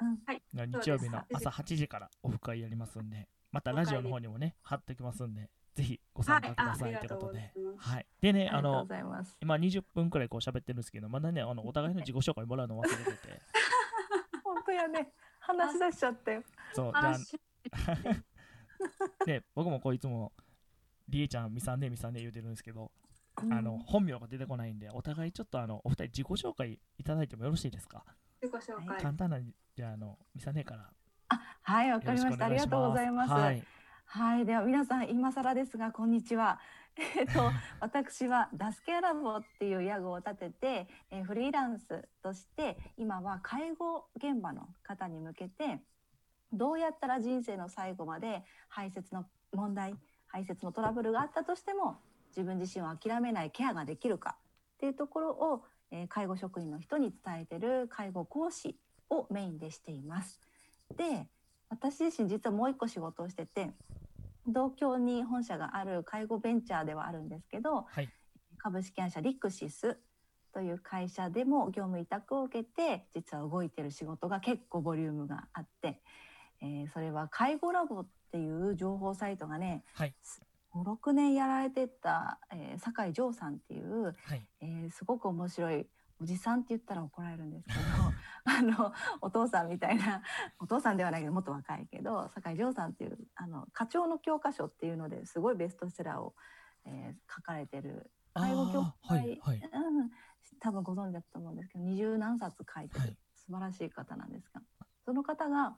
Speaker 4: うん
Speaker 3: はい
Speaker 1: の
Speaker 3: そうです
Speaker 1: 日曜日の朝8時からオフ会やりますんでまたラジオの方にもね貼っておきますんでぜひご参加ください
Speaker 3: はいあ
Speaker 1: ということ
Speaker 3: あ
Speaker 1: で
Speaker 3: りがとうございま
Speaker 1: はいでね
Speaker 4: あ
Speaker 1: あ
Speaker 4: りがとう
Speaker 1: の
Speaker 4: ございます。
Speaker 1: 今20分くらいこう喋ってるんですけどまだねあのお互いの自己紹介もらうの忘れて て
Speaker 4: 本当やね話し出しちゃったよ。
Speaker 1: そうじゃ
Speaker 3: あし
Speaker 1: あで僕もこういつもりえちゃんみさんねみさんね言うてるんですけどあの本名が出てこないんでお互いちょっとあのお二人自己紹介いただいてもよろしいですか
Speaker 3: 自己紹介。
Speaker 1: 簡単なじゃああのミサネから
Speaker 4: はいわか
Speaker 1: よろ
Speaker 4: り
Speaker 1: しく
Speaker 4: ま
Speaker 1: お願いします。
Speaker 4: したありがとうございます。は、
Speaker 1: はいい、
Speaker 4: では皆さん今更ですがこんにちは。えっと私はダスケアラボっていう屋号を立てて、えーフリーランスとして今は介護現場の方に向けてどうやったら人生の最後まで排泄の問題排泄のトラブルがあったとしても自分自身を諦めないケアができるかっていうところを、えー介護職員の人に伝えてる介護講師をメインでしています。で私自身実はもう一個仕事をしてて東京に本社がある介護ベンチャーではあるんですけど、
Speaker 1: はい
Speaker 4: 株式会社リクシスという会社でも業務委託を受けて実は動いてる仕事が結構ボリュームがあって、えーそれは介護ラボっていう情報サイトがね
Speaker 1: はい、
Speaker 4: 56年やられてた、えー、酒井城さんっていう、
Speaker 1: はい、
Speaker 4: えーすごく面白いおじさんって言ったら怒られるんですけど あのお父さんみたいなお父さんではないけどもっと若いけど 酒井城さんっていうあの課長の教科書っていうのですごいベストセラーを、えー書かれてる介護協
Speaker 1: あー
Speaker 4: 会、
Speaker 1: はい、はい、
Speaker 4: うん、多分ご存知だと思うんですけど二十何冊書いてる、
Speaker 1: はい
Speaker 4: 素晴らしい方なんですがその方が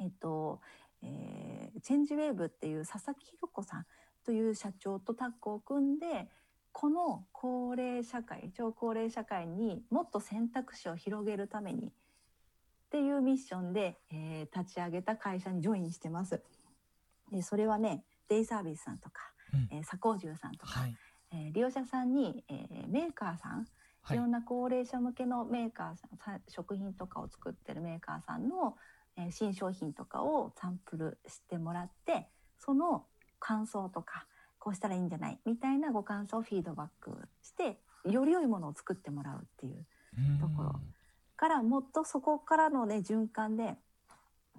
Speaker 4: えっ、と、えーチェンジウェーブっていう佐々木ひろ子さんという社長とタッグを組んでこの高齢社会超高齢社会にもっと選択肢を広げるためにっていうミッションで、えー立ち上げた会社にジョインしてます。でそれはねデイサービスさんとか、
Speaker 1: うん
Speaker 4: えー、佐光重さんとか、
Speaker 1: はい、
Speaker 4: ええー利用者さんに、えーメーカーさん
Speaker 1: はいい
Speaker 4: ろんな高齢者向けのメーカーさんさ食品とかを作ってるメーカーさんの、えー新商品とかをサンプルしてもらってその感想とかこうしたらいいんじゃないみたいなご感想をフィードバックしてより良いものを作ってもらうっていう
Speaker 1: うん
Speaker 4: ところからもっとそこからのね循環で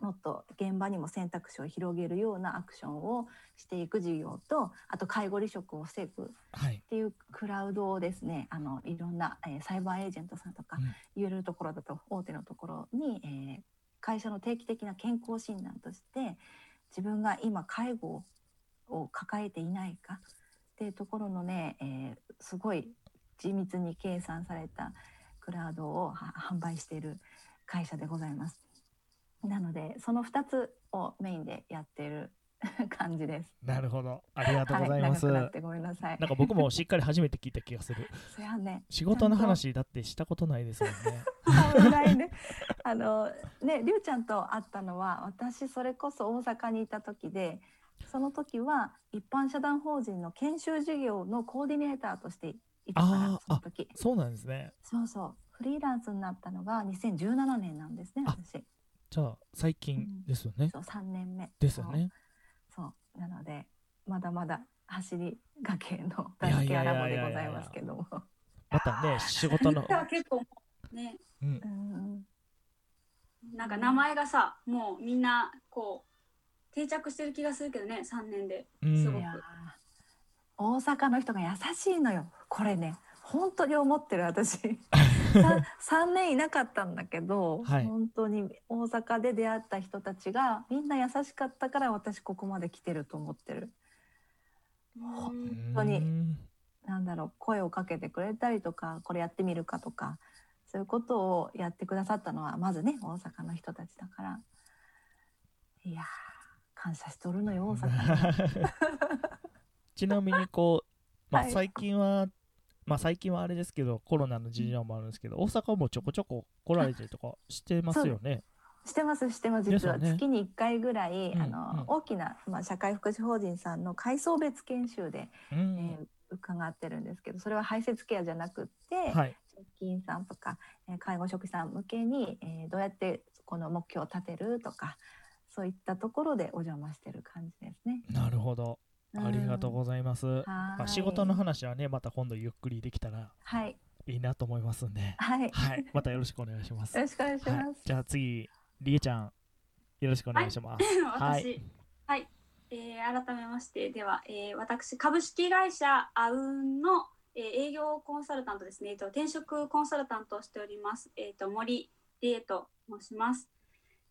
Speaker 4: もっと現場にも選択肢を広げるようなアクションをしていく事業とあと介護離職を防ぐ
Speaker 1: はい
Speaker 4: っていうクラウドをですねあのいろんな、えーサイバーエージェントさんとか
Speaker 1: うん
Speaker 4: 言えるところだと大手のところに、えー会社の定期的な健康診断として自分が今介護を抱えていないかっていうところのね、えーすごい緻密に計算されたクラウドをは販売している会社でございます。なのでその2つをメインでやっている感じです。
Speaker 1: なるほどありがとうございます、
Speaker 4: はい、長くなってご めんなさい
Speaker 1: な。んか僕もしっかり初めて聞いた気がする
Speaker 4: それはね
Speaker 1: 仕事の話だってしたことないですもんね
Speaker 4: 危ないね。あのね、りゅうちゃんと会ったのは、私それこそ大阪にいた時で。その時は一般社団法人の研修事業のコーディネーターとしていたから
Speaker 1: あー、
Speaker 4: その時。
Speaker 1: そうなんですね
Speaker 4: そうそう、フリーランスになったのが2017年なんですね、
Speaker 1: あ
Speaker 4: 私。
Speaker 1: じゃあ最近ですよね、
Speaker 4: そう、3年目。
Speaker 1: ですよね
Speaker 4: そう。そう、なので、まだまだ走りがけ
Speaker 1: い
Speaker 4: の
Speaker 1: や
Speaker 4: 大
Speaker 1: い
Speaker 4: 好き
Speaker 1: やいや
Speaker 4: ア
Speaker 1: いや
Speaker 4: ラボでございますけども。
Speaker 1: またね仕事の
Speaker 3: では結構もうね
Speaker 1: うん
Speaker 4: うんうん
Speaker 3: なんか名前がさもうみんなこう定着してる気がするけどね3年で
Speaker 1: うん
Speaker 3: すご
Speaker 4: い
Speaker 3: く
Speaker 4: やー大阪の人が優しいのよこれね本当に思ってる私 3年いなかったんだけど、
Speaker 1: はい
Speaker 4: 本当に大阪で出会った人たちがみんな優しかったから私ここまで来てると思ってる
Speaker 3: う
Speaker 1: うんん
Speaker 4: 当になんだろう声をかけてくれたりとかこれやってみるかとかそういうことをやってくださったのはまずね大阪の人たちだからいやー感謝しとるのよ大阪
Speaker 1: ちなみにこう、まあ、
Speaker 4: はい
Speaker 1: 最近は、まあ最近はあれですけどコロナの事情もあるんですけど大阪もちょこちょこ来られたりとかしてますよね。
Speaker 4: してますしてます
Speaker 1: です
Speaker 4: 実
Speaker 1: よ
Speaker 4: は
Speaker 1: ね
Speaker 4: 月に1回ぐらい、
Speaker 1: うん
Speaker 4: あの
Speaker 1: うん
Speaker 4: 大きな、まあ、社会福祉法人さんの階層別研修で、
Speaker 1: う
Speaker 4: えー
Speaker 1: ん
Speaker 4: 伺ってるんですけどそれは排泄ケアじゃなくって、
Speaker 1: はい、
Speaker 4: 職員さんとか、えー介護職員さん向けに、えーどうやってこの目標を立てるとかそういったところでお邪魔してる感じですね。
Speaker 1: なるほどありがとうご
Speaker 4: ざ
Speaker 1: ざ
Speaker 4: い
Speaker 1: います。
Speaker 4: ま
Speaker 1: まあ、仕事の話はねまた今度ゆっくりできたら
Speaker 4: はい
Speaker 1: いいなと思いますんで、
Speaker 4: はい、
Speaker 1: はい、またよろしくお願いします。
Speaker 4: よ
Speaker 1: は
Speaker 4: ろしくお願いします。
Speaker 1: い、じゃあ次りえちゃんよろしくお願いします。は
Speaker 3: 私
Speaker 1: い、
Speaker 3: はい、えー改めまして、では、えー私、株式会社アウンの、えー営業コンサルタントですね、えーと、転職コンサルタントをしております、えー、と森理恵と申します。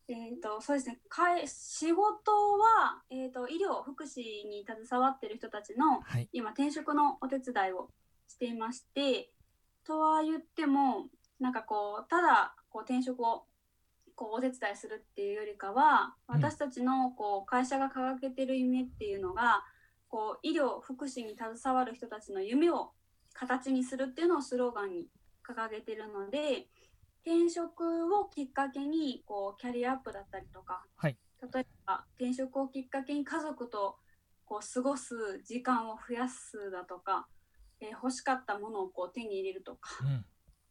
Speaker 3: えー、とそうですね、かえ仕事は、えー、と医療、福祉に携わっている人たちの
Speaker 1: はい、
Speaker 3: 今、転職のお手伝いをしていまして、とは言っても、なんかこう、ただこう転職をこうお手伝いするっていうよりかは、
Speaker 1: うん
Speaker 3: 私たちのこう会社が掲げてる夢っていうのが、こう医療、福祉に携わる人たちの夢を形にするっていうのをスローガンに掲げてるので、転職をきっかけにこうキャリアアップだったりとか、
Speaker 1: はい
Speaker 3: 例えば転職をきっかけに家族とこう過ごす時間を増やすだとか、えー欲しかったものをこう手に入れるとか
Speaker 1: う、ん、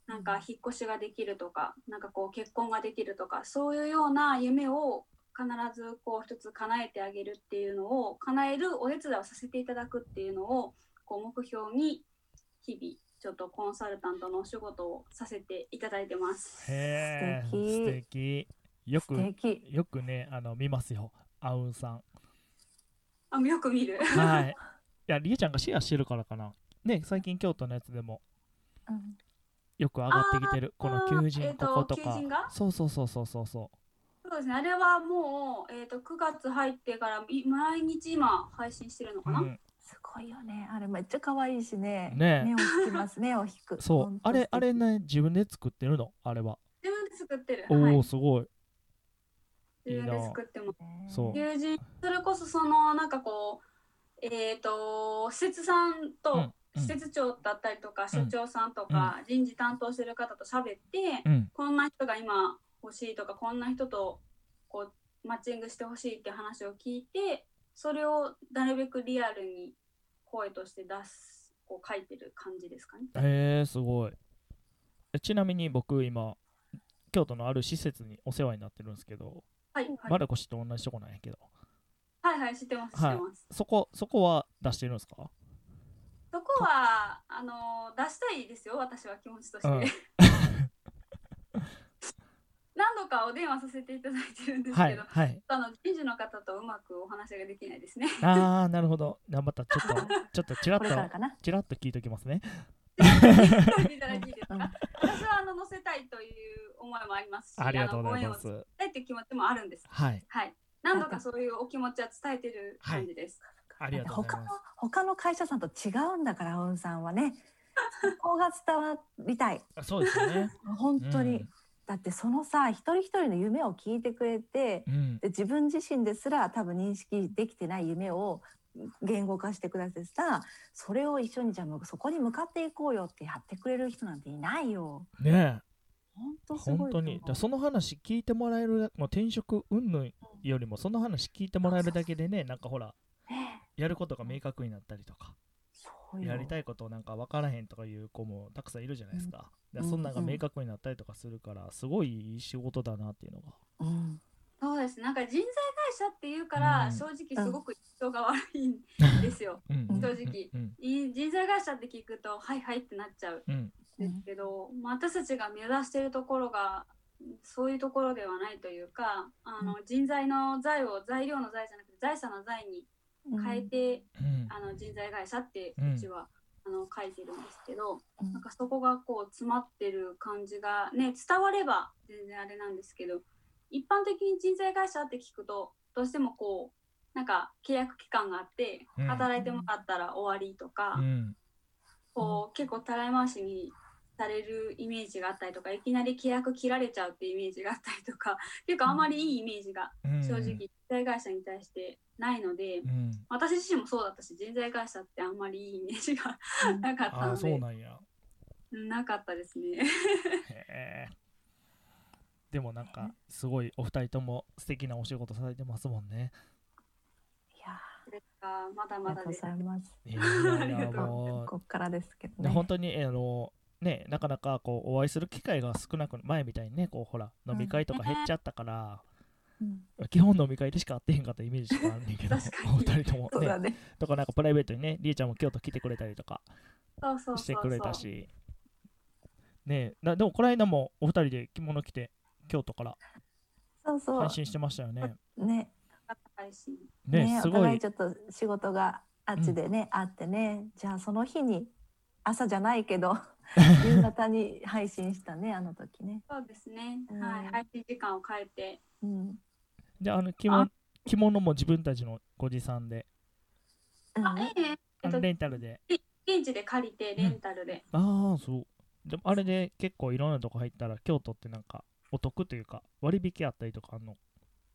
Speaker 3: なんか引っ越しができるとか、なんかこう結婚ができるとか、そういうような夢を必ずこう一つ叶えてあげるっていうのを、叶えるお手伝いをさせていただくっていうのをこう目標に日々ちょっとコンサルタントのお仕事をさせていただいてます。
Speaker 1: へえ
Speaker 4: 素敵
Speaker 1: 素敵よく
Speaker 4: 素敵
Speaker 1: よくねあの見ますよあうんさん。
Speaker 3: あ、よく見る。
Speaker 1: はい。いや、りえちゃんがシェアしてるからかな。ね、最近京都のやつでも
Speaker 4: うん
Speaker 1: よく上がってきてる、この求
Speaker 3: え
Speaker 1: 人
Speaker 3: ーと
Speaker 1: こことか
Speaker 3: 求人が。
Speaker 1: そうそうそうそうそうそ
Speaker 3: そうですね。あれはもうえっ、と9月入ってからい毎日今配信してるの
Speaker 1: う。
Speaker 3: か
Speaker 1: う
Speaker 3: な。
Speaker 1: ん、
Speaker 4: すごいよねあれめっちゃ可愛いしね
Speaker 1: ねえ
Speaker 4: 目を引きます目を引く
Speaker 1: そう。あれ、あれ
Speaker 4: ね
Speaker 1: ね、自分で作ってるの、あれは。
Speaker 3: 自分で作ってる。
Speaker 1: お
Speaker 3: はい
Speaker 1: お、。すごい。いい
Speaker 3: 自
Speaker 1: な
Speaker 3: 分で作ってます。
Speaker 1: そう
Speaker 3: 友人それこそそのなんかこうえっ、と施設さん
Speaker 1: う
Speaker 3: と
Speaker 1: ん
Speaker 3: 施設長だったりとか、所長さんとか、人事担当してる方と喋って、
Speaker 1: うん。
Speaker 3: こんな人が今欲しいとかこんな人とこうマッチングしてほしいって話を聞いてそれをなるべくリアルに声として出すこう書いてる感じですかね。
Speaker 1: へえすごいえちなみに僕今京都のある施設にお世話になってるんですけど、
Speaker 3: はい、は
Speaker 1: マ
Speaker 3: い、
Speaker 1: ルコ氏と同じとこなんやけど
Speaker 3: はい、はい、知ってます、知って
Speaker 1: はい
Speaker 3: ます。
Speaker 1: そこそこは出してるんですか
Speaker 3: そこは、あのー出したいですよ、私は気持ちとして。
Speaker 1: うん
Speaker 3: 何度かお電話させていただいてるんですけど、
Speaker 1: はいはい
Speaker 3: あの人事の方とうまくお話ができないです ね。
Speaker 1: ああなるほどなまたちょっとちょっとちらっ
Speaker 4: これから
Speaker 1: と
Speaker 4: かな。
Speaker 1: ちらっと聞いときますね
Speaker 3: いただいていいですか
Speaker 4: うん
Speaker 3: 私はあの載せたいという思いもありますし、
Speaker 1: ありがとうござい
Speaker 3: あの
Speaker 1: ま
Speaker 3: ご縁を伝
Speaker 1: す
Speaker 3: えたいという気持ちもあるんです。
Speaker 1: はい
Speaker 3: はい。何度かそういうお気持ちは伝えてる感じです。
Speaker 1: ありがとうござ
Speaker 4: 他
Speaker 1: い
Speaker 4: の
Speaker 1: ます
Speaker 4: 他の会社さんと違うんだから、うんさんはね。そこが伝わりたい。
Speaker 1: あそうですよね
Speaker 4: 本当に。
Speaker 1: うん
Speaker 4: だってそのさ、一人一人の夢を聞いてくれて、
Speaker 1: うん
Speaker 4: で自分自身ですら多分認識できてない夢を言語化してくださってさ、それを一緒にじゃあもうそこに向かっていこうよってやってくれる人なんていないよ。
Speaker 1: ねえ
Speaker 4: 本当すごいと
Speaker 1: 本
Speaker 4: 思う。
Speaker 1: 当にだからその話聞いてもらえるもう転職云々よりもその話聞いてもらえるだけでねなんかほら
Speaker 4: ね
Speaker 1: やることが明確になったりとか
Speaker 4: そうよ
Speaker 1: やりたいことなんか分からへんとかいう子もたくさんいるじゃないですか,、
Speaker 4: ん
Speaker 1: だからそんなんが
Speaker 4: うんうん
Speaker 1: 明確になったりとかするからすごいいい仕事だなっていうのが
Speaker 4: うん。
Speaker 3: そうです。なんか人材会社っていうから、
Speaker 1: うん
Speaker 3: 正直すごく人が悪いんですよ。
Speaker 1: うん
Speaker 4: うん
Speaker 1: うん
Speaker 3: 正直
Speaker 1: うん
Speaker 3: いい人材会社って聞くと、はいはいってなっちゃう
Speaker 1: うん
Speaker 3: んですけど、まあ、私たちが目指してるところが、そういうところではないというか、あの人材の財を材料の財じゃなくて財産の財に変えて、
Speaker 1: うん
Speaker 3: あの人材会社って
Speaker 1: うん
Speaker 3: うちは、あの書いてるんですけど、
Speaker 4: うん
Speaker 3: なんかそこがこう詰まってる感じがね伝われば全然あれなんですけど一般的に人材会社って聞くとどうしてもこうなんか契約期間があって
Speaker 1: うん
Speaker 3: 働いてもらったら終わりとか、
Speaker 1: うん
Speaker 3: こう結構たらい回しにされるイメージがあったりとかいきなり契約切られちゃうっていうイメージがあったりとか っていうかあまりいいイメージが
Speaker 1: うん
Speaker 3: 正直人材会社に対してないので。
Speaker 1: うん
Speaker 3: 私自身もそうだったし人材会社ってあんまりいいイメージが
Speaker 4: うん
Speaker 3: なかった
Speaker 1: ああ
Speaker 3: の
Speaker 1: そう
Speaker 3: で
Speaker 1: なんや
Speaker 3: うんなかったですね。
Speaker 1: へえでもなんかすごいお二人とも素敵なお仕事されてますもんね
Speaker 4: いや
Speaker 3: これがまだ
Speaker 4: ー、あ
Speaker 3: ま
Speaker 4: りがと
Speaker 3: だ
Speaker 4: うご
Speaker 3: です
Speaker 4: ざ。います。
Speaker 1: いやいやい
Speaker 3: あり
Speaker 1: や
Speaker 3: がとう
Speaker 1: もう
Speaker 4: こっからですけど
Speaker 1: で
Speaker 4: ね。
Speaker 1: 本当にあのねなかなかこうお会いする機会が少なく前みたいにねこうほら飲み会とか減っちゃったから、
Speaker 4: うん
Speaker 1: 基本飲み会でしか会ってへんかったイメージしかあんねんけど
Speaker 3: 確かに
Speaker 1: お二人とも
Speaker 4: そう
Speaker 1: ね
Speaker 4: だね。
Speaker 1: とかなんかプライベートにねりえちゃんも京都来てくれたりとか
Speaker 3: そうそう
Speaker 1: して
Speaker 3: そう
Speaker 1: くれ
Speaker 3: そ
Speaker 1: た
Speaker 3: う。
Speaker 1: しねなでもこの間もお二人で着物着て京都から
Speaker 4: そうそ
Speaker 1: 配信してましたよね
Speaker 4: う。ね。
Speaker 3: 配信
Speaker 1: ね
Speaker 4: ね
Speaker 1: す
Speaker 4: お
Speaker 1: ご
Speaker 4: 互い
Speaker 1: い
Speaker 4: ちょっと仕事があっちでね、あってね。じゃあその日に朝じゃない けど夕方に配信したねあの時ね。
Speaker 3: そうですね。
Speaker 4: うん
Speaker 3: はい、配信時間を変えて、
Speaker 4: うん。
Speaker 1: であの着物着物も自分たちのご持参で
Speaker 4: うん
Speaker 3: あ、えええっと
Speaker 1: レンタルで
Speaker 3: 現地で借りてレンタルで、
Speaker 1: ああそうでもあれで結構いろんなとこ入ったら京都ってなんかお得というか割引あったりとかあんの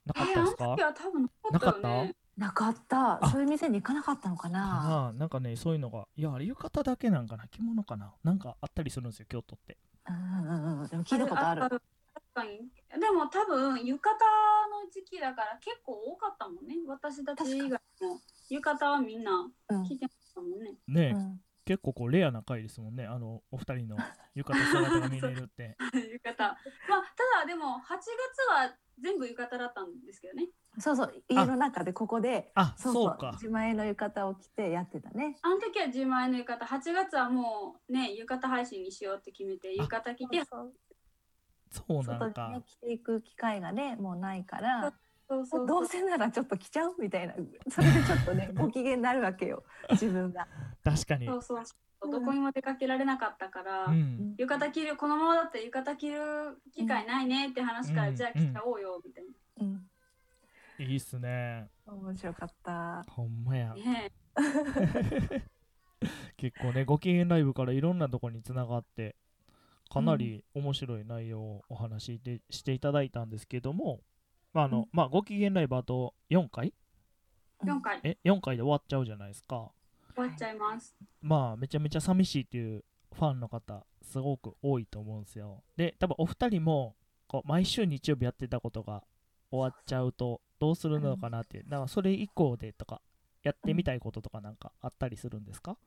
Speaker 1: なかっ
Speaker 3: ええ
Speaker 1: た
Speaker 3: あ
Speaker 1: で
Speaker 3: の
Speaker 1: すか
Speaker 3: 時は多分なかったよ
Speaker 1: なか
Speaker 3: ね。
Speaker 4: なかった
Speaker 1: あ。
Speaker 4: そういう店に行かなかったのかな。
Speaker 1: ああなんかねそういうのがいやあれ浴衣だけなんかな着物かななんかあったりするんですよ京都って
Speaker 4: うんうんうん。でも聞いたことある。
Speaker 3: 確かに。でも多分浴衣の時期だから結構多かったもんね。私たち以外も浴衣はみんな
Speaker 4: うん
Speaker 3: 着てましたもんね。
Speaker 1: ねえ、
Speaker 4: うん
Speaker 1: 結構こうレアな回ですもんねあのお二人の浴衣姿が見れるって
Speaker 3: 浴衣。まあただでも8月は全部浴衣だったんですけどね。
Speaker 4: そうそう。家の中でここで。
Speaker 1: あそ
Speaker 4: そううそう
Speaker 1: か
Speaker 4: 自前の浴衣を着てやってたね。
Speaker 3: あの時は10万円の浴衣、8月はもうね、浴衣配信にしようって決めて、浴衣着て、
Speaker 4: そう
Speaker 1: そうな
Speaker 4: 外
Speaker 1: ん
Speaker 4: に
Speaker 1: か
Speaker 4: ね着ていく機会がねもうないから
Speaker 3: そうそう
Speaker 4: ど
Speaker 3: そう
Speaker 4: せならちょっと着ちゃうみたいなそれでちょっ とねご機嫌になるわけよ自分が。
Speaker 1: 確かに
Speaker 3: そううそうそうう、
Speaker 4: ん
Speaker 3: どこにも出かけられなかったから、
Speaker 1: ん
Speaker 3: 浴衣着る、このままだったら浴衣着る機会ないねって話から、
Speaker 1: うん
Speaker 3: じゃあ着ちゃおうよみたい
Speaker 4: うん、
Speaker 1: いいっすね
Speaker 4: 面白かった。
Speaker 1: ほんまや
Speaker 3: な。ね
Speaker 1: 結構ねご機嫌ライブからいろんなとこにつながってかなり面白い内容をお話しでしていただいたんですけども、まああの
Speaker 4: うん
Speaker 1: まあ、ご機嫌ライブあと4回
Speaker 3: え、4回
Speaker 1: え4回で終わっちゃうじゃないですか
Speaker 3: 終わっちゃいます。
Speaker 1: まあめちゃめちゃ寂しいっていうファンの方すごく多いと思うんですよで多分お二人もこう毎週日曜日やってたことが終わっちゃうとどうするのかなっていう、なんかそれ以降でとかやってみたいこととかなんかあったりするんですか、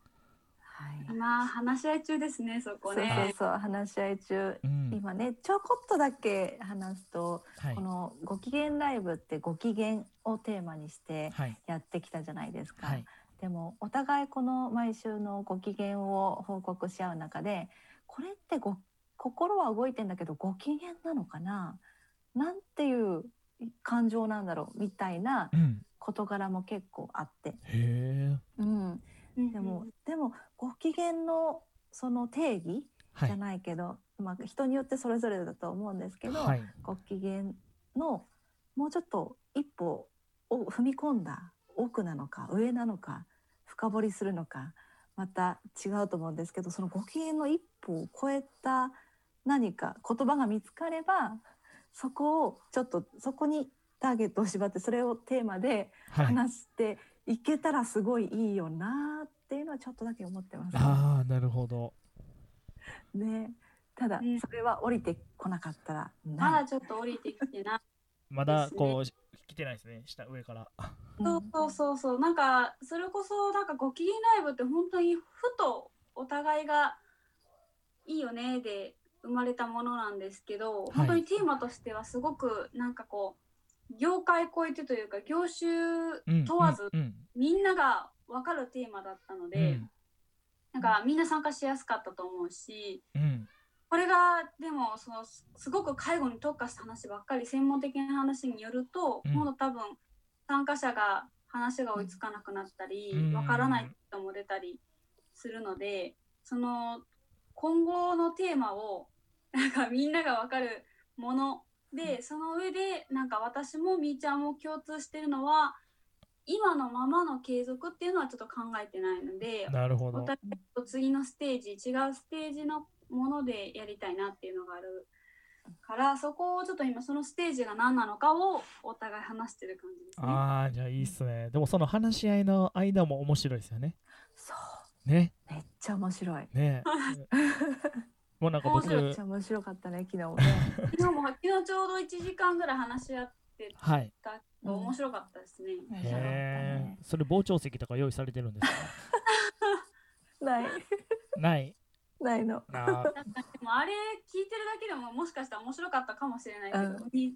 Speaker 4: はい。
Speaker 3: 今話し合い中ですねそ
Speaker 4: そ
Speaker 3: こ
Speaker 4: うそう
Speaker 3: ね
Speaker 4: そう話し合い中。
Speaker 1: うん、
Speaker 4: 今ねちょこっとだけ話すと、
Speaker 1: はい
Speaker 4: こ、のご機嫌ライブってご機嫌をテーマにして
Speaker 1: はい、
Speaker 4: やってきたじゃないですか。
Speaker 1: はい、
Speaker 4: でもお互いこの毎週のご機嫌を報告し合う中でこれってご心は動いてんだけどご機嫌なのかななんていう感情なんだろうみたいな
Speaker 1: うん、
Speaker 4: 事柄も結構あって、
Speaker 1: へえ、
Speaker 4: うん、
Speaker 3: うん
Speaker 4: でもでもご機嫌のその定義
Speaker 1: は
Speaker 4: じゃ
Speaker 1: い、
Speaker 4: ないけど、まあ、人によってそれぞれだと思うんですけど、
Speaker 1: はい、
Speaker 4: ご機嫌のもうちょっと一歩を踏み込んだ奥なのか上なのか深掘りするのかまた違うと思うんですけどそのご機嫌の一歩を超えた何か言葉が見つかればそこをちょっとそこにターゲットを縛ってそれをテーマで
Speaker 1: はい。
Speaker 4: 話していけたらすごいいいよなっていうのはちょっとだけ思ってます。
Speaker 1: ああ、なるほど。
Speaker 4: ね、ただ
Speaker 3: うん
Speaker 4: それは降りてこなかったらな
Speaker 3: まだ
Speaker 4: い、
Speaker 3: ちょっと降りてきてない
Speaker 1: まだこう、来てないですね、下上から。
Speaker 4: う
Speaker 3: そうんそうそうそうなんかそれこそなんかご機嫌ライブって本当にふとお互いがいいよねで生まれたものなんですけど、
Speaker 1: い
Speaker 3: 本当にテーマとしてはすごくなんかこう業界超えてというか業
Speaker 1: うん
Speaker 3: 種問わず、
Speaker 1: うん、
Speaker 3: みんなが分かるテーマだったの
Speaker 1: う
Speaker 3: で、
Speaker 1: ん、
Speaker 3: なんかみんな参加しやすかったと思うし
Speaker 1: うん、
Speaker 3: これがでもそのすすごく介護に特化した話ばっかり専門的な話によると、
Speaker 1: うん
Speaker 3: 今度多分参加者が話が追いつかなくなったり
Speaker 1: うん
Speaker 3: わからない人も出たりするのでその今後のテーマを なんかみんながわかるもので、その上でなんか私もみーちゃんも共通してるのは今のままの継続っていうのはちょっと考えてないので
Speaker 1: なるほ
Speaker 3: お
Speaker 1: ど。
Speaker 3: 互いと次のステージ違うステージのものでやりたいなっていうのがあるからそこをちょっと今そのステージが何なのかをお互い話してる感じですね。
Speaker 1: ああ、じゃあいいっすね。でもその話し合いの間も面白いですよね。
Speaker 4: そ
Speaker 1: ね、
Speaker 4: うめっちゃ面白い。
Speaker 1: ね。もうなんか僕、
Speaker 4: めっ
Speaker 1: は
Speaker 4: ちゃ面白かったね昨日もね。
Speaker 3: 昨日も昨日ちょうど1時間ぐらい話し合って
Speaker 1: い。
Speaker 3: たけど面白かったですね。
Speaker 4: 面白かった
Speaker 1: へ
Speaker 4: ね
Speaker 1: え。それ傍聴席とか用意されてるんですか
Speaker 4: ない
Speaker 1: ない。
Speaker 4: ないの。
Speaker 1: あー
Speaker 3: なんかでもあれ聞いてるだけでももしかしたら面白かったかもしれないけど、
Speaker 4: う
Speaker 3: に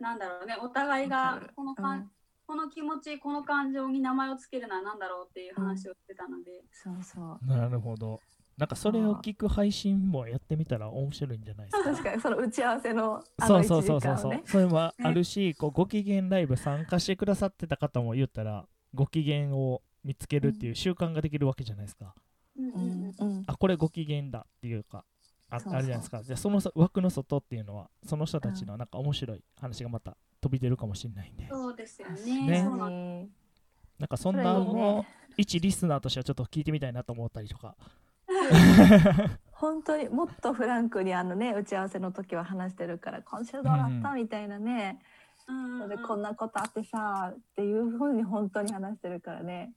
Speaker 3: なんだろうねお互いがこの
Speaker 4: う
Speaker 3: かん、
Speaker 4: ん、
Speaker 3: この気持ちこの感情に名前をつけるのは何だろうっていう話をしてたので、
Speaker 4: そうそう。
Speaker 1: なるほど。なんかそれを聞く配信もやってみたら面白いんじゃないですか。
Speaker 4: 確かにその打ち合わせのあ
Speaker 1: そ
Speaker 4: の
Speaker 1: う
Speaker 4: 一
Speaker 1: そうそう
Speaker 4: 時
Speaker 1: そう
Speaker 4: 間を
Speaker 1: そう、
Speaker 4: ね。
Speaker 1: それもあるし、こうご機嫌ライブ参加してくださってた方も言ったらご機嫌を見つけるっていう習慣ができるわけじゃないですか、
Speaker 3: うん
Speaker 4: う
Speaker 3: うんうん
Speaker 4: んうん
Speaker 1: あこれご機嫌だっていうかあ
Speaker 4: そうそう
Speaker 1: あるじゃないですかじゃあそのそ枠の外っていうのはその人たちのなんか面白い話がまた飛び出るかもしれないんで、
Speaker 3: そうですよ
Speaker 1: ね
Speaker 3: ね。そうなん
Speaker 4: ね。
Speaker 1: なんかそん
Speaker 4: れ
Speaker 1: ない
Speaker 4: い
Speaker 1: のを
Speaker 4: ね。
Speaker 1: 一リスナーとしてはちょっと聞いてみたいなと思ったりとか
Speaker 4: 本当にもっとフランクにあのね打ち合わせの時は話してるから今週どうだったみたいなね、
Speaker 3: うんうん
Speaker 4: それでこんなことあってさっていうふうに本当に話してるからね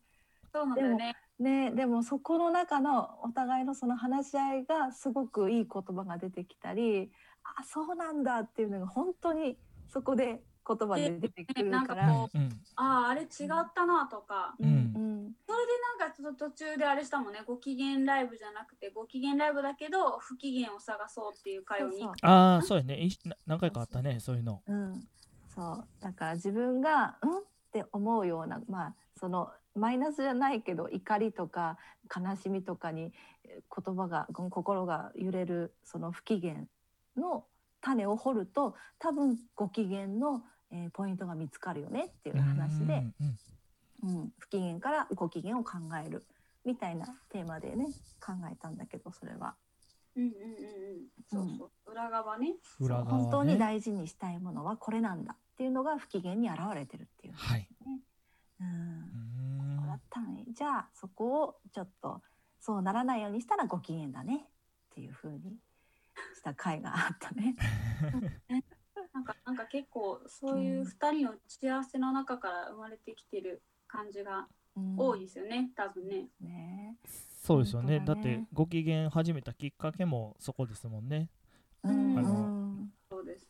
Speaker 3: そうなんだよね。
Speaker 4: ねでもそこの中のお互いのその話し合いがすごくいい言葉が出てきたりあそうなんだっていうのが本当にそこで言葉で出てくる
Speaker 3: なん
Speaker 4: か。
Speaker 3: からこ
Speaker 1: うんうん
Speaker 3: あああれ違ったなとか、
Speaker 1: ううん
Speaker 4: うん
Speaker 3: なんかちょっと途中であれしたもんね、ご機嫌ライブじゃなくてご機嫌ライブだけど不機嫌を探そうっていう会をに
Speaker 4: そう
Speaker 1: ああそうやねいな何回かあったねそういうの
Speaker 4: うん、そうだから自分が「うん?」って思うようなまあそのマイナスじゃないけど怒りとか悲しみとかにえー言葉がこの心が揺れるその不機嫌の種を掘ると多分ご機嫌の、えーポイントが見つかるよねっていう話
Speaker 1: う
Speaker 4: で、
Speaker 1: んうん
Speaker 4: うん、不機嫌からご機嫌を考えるみたいなテーマでね考えたんだけどそれは
Speaker 3: うんうんうんうん。そうそう。裏側ね。
Speaker 1: うん裏側、ね、
Speaker 4: 本当に大事にしたいものはこれなんだっていうのが不機嫌に現れてるっていう。
Speaker 1: はい
Speaker 4: うん
Speaker 1: うーん
Speaker 4: だったね。じゃあそこをちょっとそうならないようにしたらご機嫌だねっていう風にした回があった ね。
Speaker 3: なんかなんか結構そういう二人の打ち合わせの中から生まれてきてる感じが
Speaker 4: うん
Speaker 3: 多いですよね、多分ね。
Speaker 4: ね。
Speaker 1: そうですよね
Speaker 4: 本
Speaker 1: だ
Speaker 4: 当
Speaker 1: っ
Speaker 4: だね
Speaker 1: てご機嫌始めたきっかけもそこですもんね
Speaker 4: うん
Speaker 3: あ
Speaker 1: の
Speaker 4: うん
Speaker 3: そうです。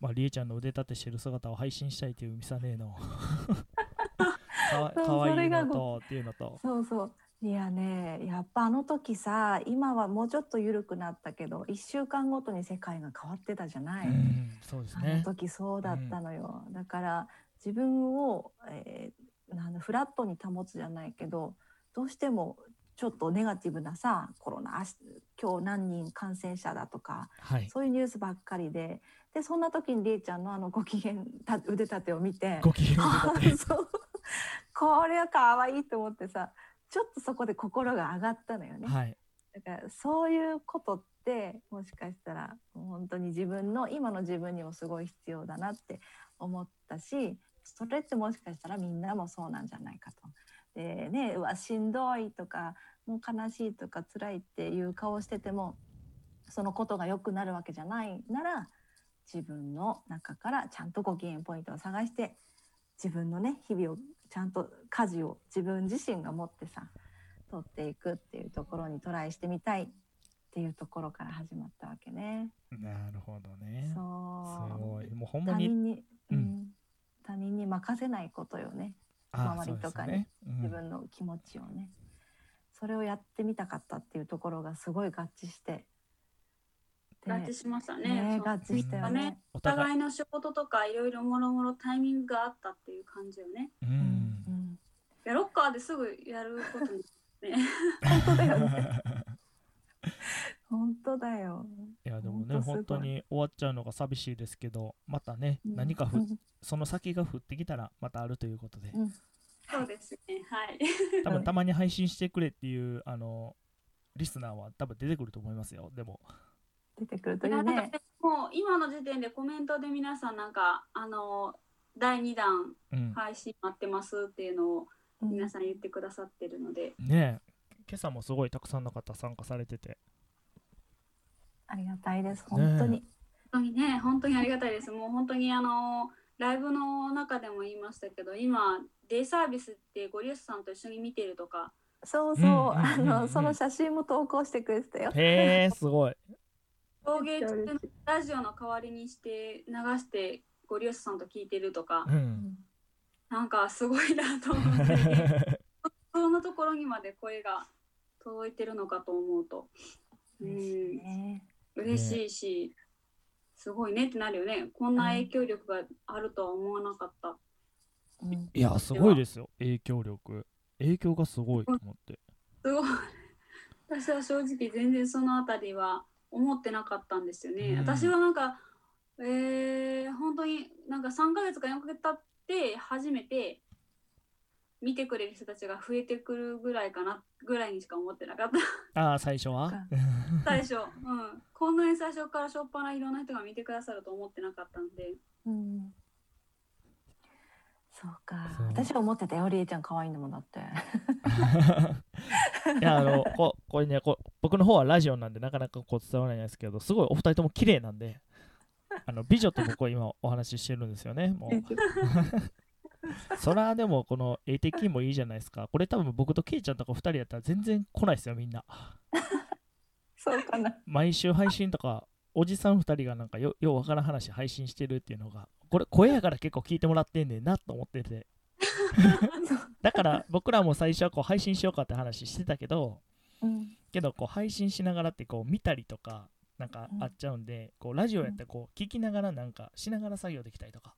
Speaker 1: まありえちゃんの腕立てしてる姿を配信したいと いうミサ姉のかわ
Speaker 4: そう
Speaker 1: かわ
Speaker 4: そ
Speaker 1: いい
Speaker 4: れが
Speaker 1: のとっていうのと
Speaker 4: そうそういやねやっぱあの時さ今はもうちょっと緩くなったけど1週間ごとに世界が変わってたじゃない、
Speaker 1: うんそうです
Speaker 4: あの
Speaker 1: ね。
Speaker 4: 時そうだったのよ、だから自分を、えーなんだフラットに保つじゃないけどどうしてもちょっとネガティブなさコロナあし今日何人感染者だとか
Speaker 1: はい。
Speaker 4: そういうニュースばっかりででそんな時にりえちゃんのあのご機嫌た腕立てを見て
Speaker 1: ご機嫌
Speaker 4: あ
Speaker 1: で
Speaker 4: ーそうこれは可愛いと思ってさちょっとそこで心が上がったのよね。
Speaker 1: はい。
Speaker 4: だからそういうことってもしかしたら本当に自分の今の自分にもすごい必要だなって思ったしそれってもしかしたらみんなもそうなんじゃないかと。でねうわしんどいとかもう悲しいとか辛いっていう顔をしててもそのことが良くなるわけじゃないなら自分の中からちゃんとご機嫌ポイントを探して自分のね日々をちゃんと家事を自分自身が持ってさ取っていくっていうところにトライしてみたいっていうところから始まったわけね。
Speaker 1: なるほどね。す
Speaker 4: そ
Speaker 1: ごい。もうほん
Speaker 4: う
Speaker 1: ま
Speaker 4: 他
Speaker 1: に、
Speaker 4: 人に、
Speaker 1: うん
Speaker 4: うん他人に任せないことよね
Speaker 1: あ
Speaker 4: 周りとかに。
Speaker 1: そうです
Speaker 4: 自
Speaker 1: よ
Speaker 4: 分の気持ちをね、それをやってみたかったっていうところがすごい合致してで
Speaker 3: 合致しました
Speaker 4: ね
Speaker 3: ね。そう
Speaker 4: 合致したよね。
Speaker 1: お
Speaker 3: お互
Speaker 1: 互い。
Speaker 3: いの仕事とかいろいろもろもろタイミングがあったっていう感じよね。
Speaker 1: う。
Speaker 4: うんん
Speaker 3: いやロッカーですぐやること に。
Speaker 4: 本当だよね本当だよ。
Speaker 1: いやでもね
Speaker 4: ほんとすごい
Speaker 1: 本当に終わっちゃうのが寂しいですけどまたね
Speaker 4: うん
Speaker 1: 何かふ
Speaker 4: うん
Speaker 1: その先が降ってきたらまたあるということで
Speaker 4: うん
Speaker 3: そうですね。はい。
Speaker 1: 多分たまに配信してくれっていうあのリスナーは多分出てくると思いますよでも
Speaker 4: 出てくるとい
Speaker 3: ないんか
Speaker 4: ね
Speaker 3: ね。もう今の時点でコメントで皆さんなんかあの第2弾
Speaker 1: うん
Speaker 3: 配信待ってますっていうのを
Speaker 4: うん
Speaker 3: 皆さん言ってくださってるので、
Speaker 1: ねえ今朝もすごいたくさんの方参加されて て
Speaker 4: ありがたいです本当に。
Speaker 3: 本当にね本当にありがたいですもう本当にあのライブの中でも言いましたけど今デイサービスってゴリエスさんと一緒に見てるとか
Speaker 4: そう
Speaker 1: う
Speaker 4: そうん
Speaker 1: うんうん
Speaker 4: あ
Speaker 1: うん
Speaker 4: のその写真も投稿してくれてたよ。
Speaker 1: へえすごい
Speaker 3: 陶芸中のラジオの代わりにして流してゴリエスさんと聞いてるとか
Speaker 1: う
Speaker 4: うんん
Speaker 3: なんかすごいなと思って。そんなところにまで声が届いてるのかと思うと、う
Speaker 4: 嬉しい
Speaker 3: ん、
Speaker 4: ね。
Speaker 3: 嬉しいし、すごいねってなるよね。こんな影響力があるとは思わなかった。
Speaker 4: うん
Speaker 1: いやすごいですよ影響力影響がすごいと思って
Speaker 3: すごい。 私は正直全然そのあたりは思ってなかったんですよね。
Speaker 1: うん
Speaker 3: 私はなんか、えー、本当になんか3ヶ月か4ヶ月経って初めて見てくれる人たちが増えてくるぐらいかなぐらいにしか思ってなかった。
Speaker 1: ああ最初は
Speaker 3: 最初、うん、こんなに最初からしょっぱないろんな人が見てくださると思ってなかったんで、
Speaker 4: うんそうか
Speaker 1: そう
Speaker 4: 私は思ってたよりえちゃん可愛いんだもんだって。
Speaker 1: いやあのここれねこ僕の方はラジオなんでなかなかこう伝わらないですけどすごいお二人とも綺麗なんであの美女と僕は今お話ししてるんですよねもう そらでもこの絵的にもいいじゃないですかこれ多分僕とケイちゃんとか二人やったら全然来ないですよみんな
Speaker 4: そうかな。
Speaker 1: 毎週配信とかおじさん二人がなんかよようわからん話配信してるっていうのがこれ声やから結構聞いてもらってんねんなと思っててだから僕らも最初はこう配信しようかって話してたけど
Speaker 4: うん
Speaker 1: けどこう配信しながらってこう見たりとかなんか
Speaker 4: うん
Speaker 1: あっちゃうんで、こうラジオやったらこう聞きながらなんかしながら作業できたりとか、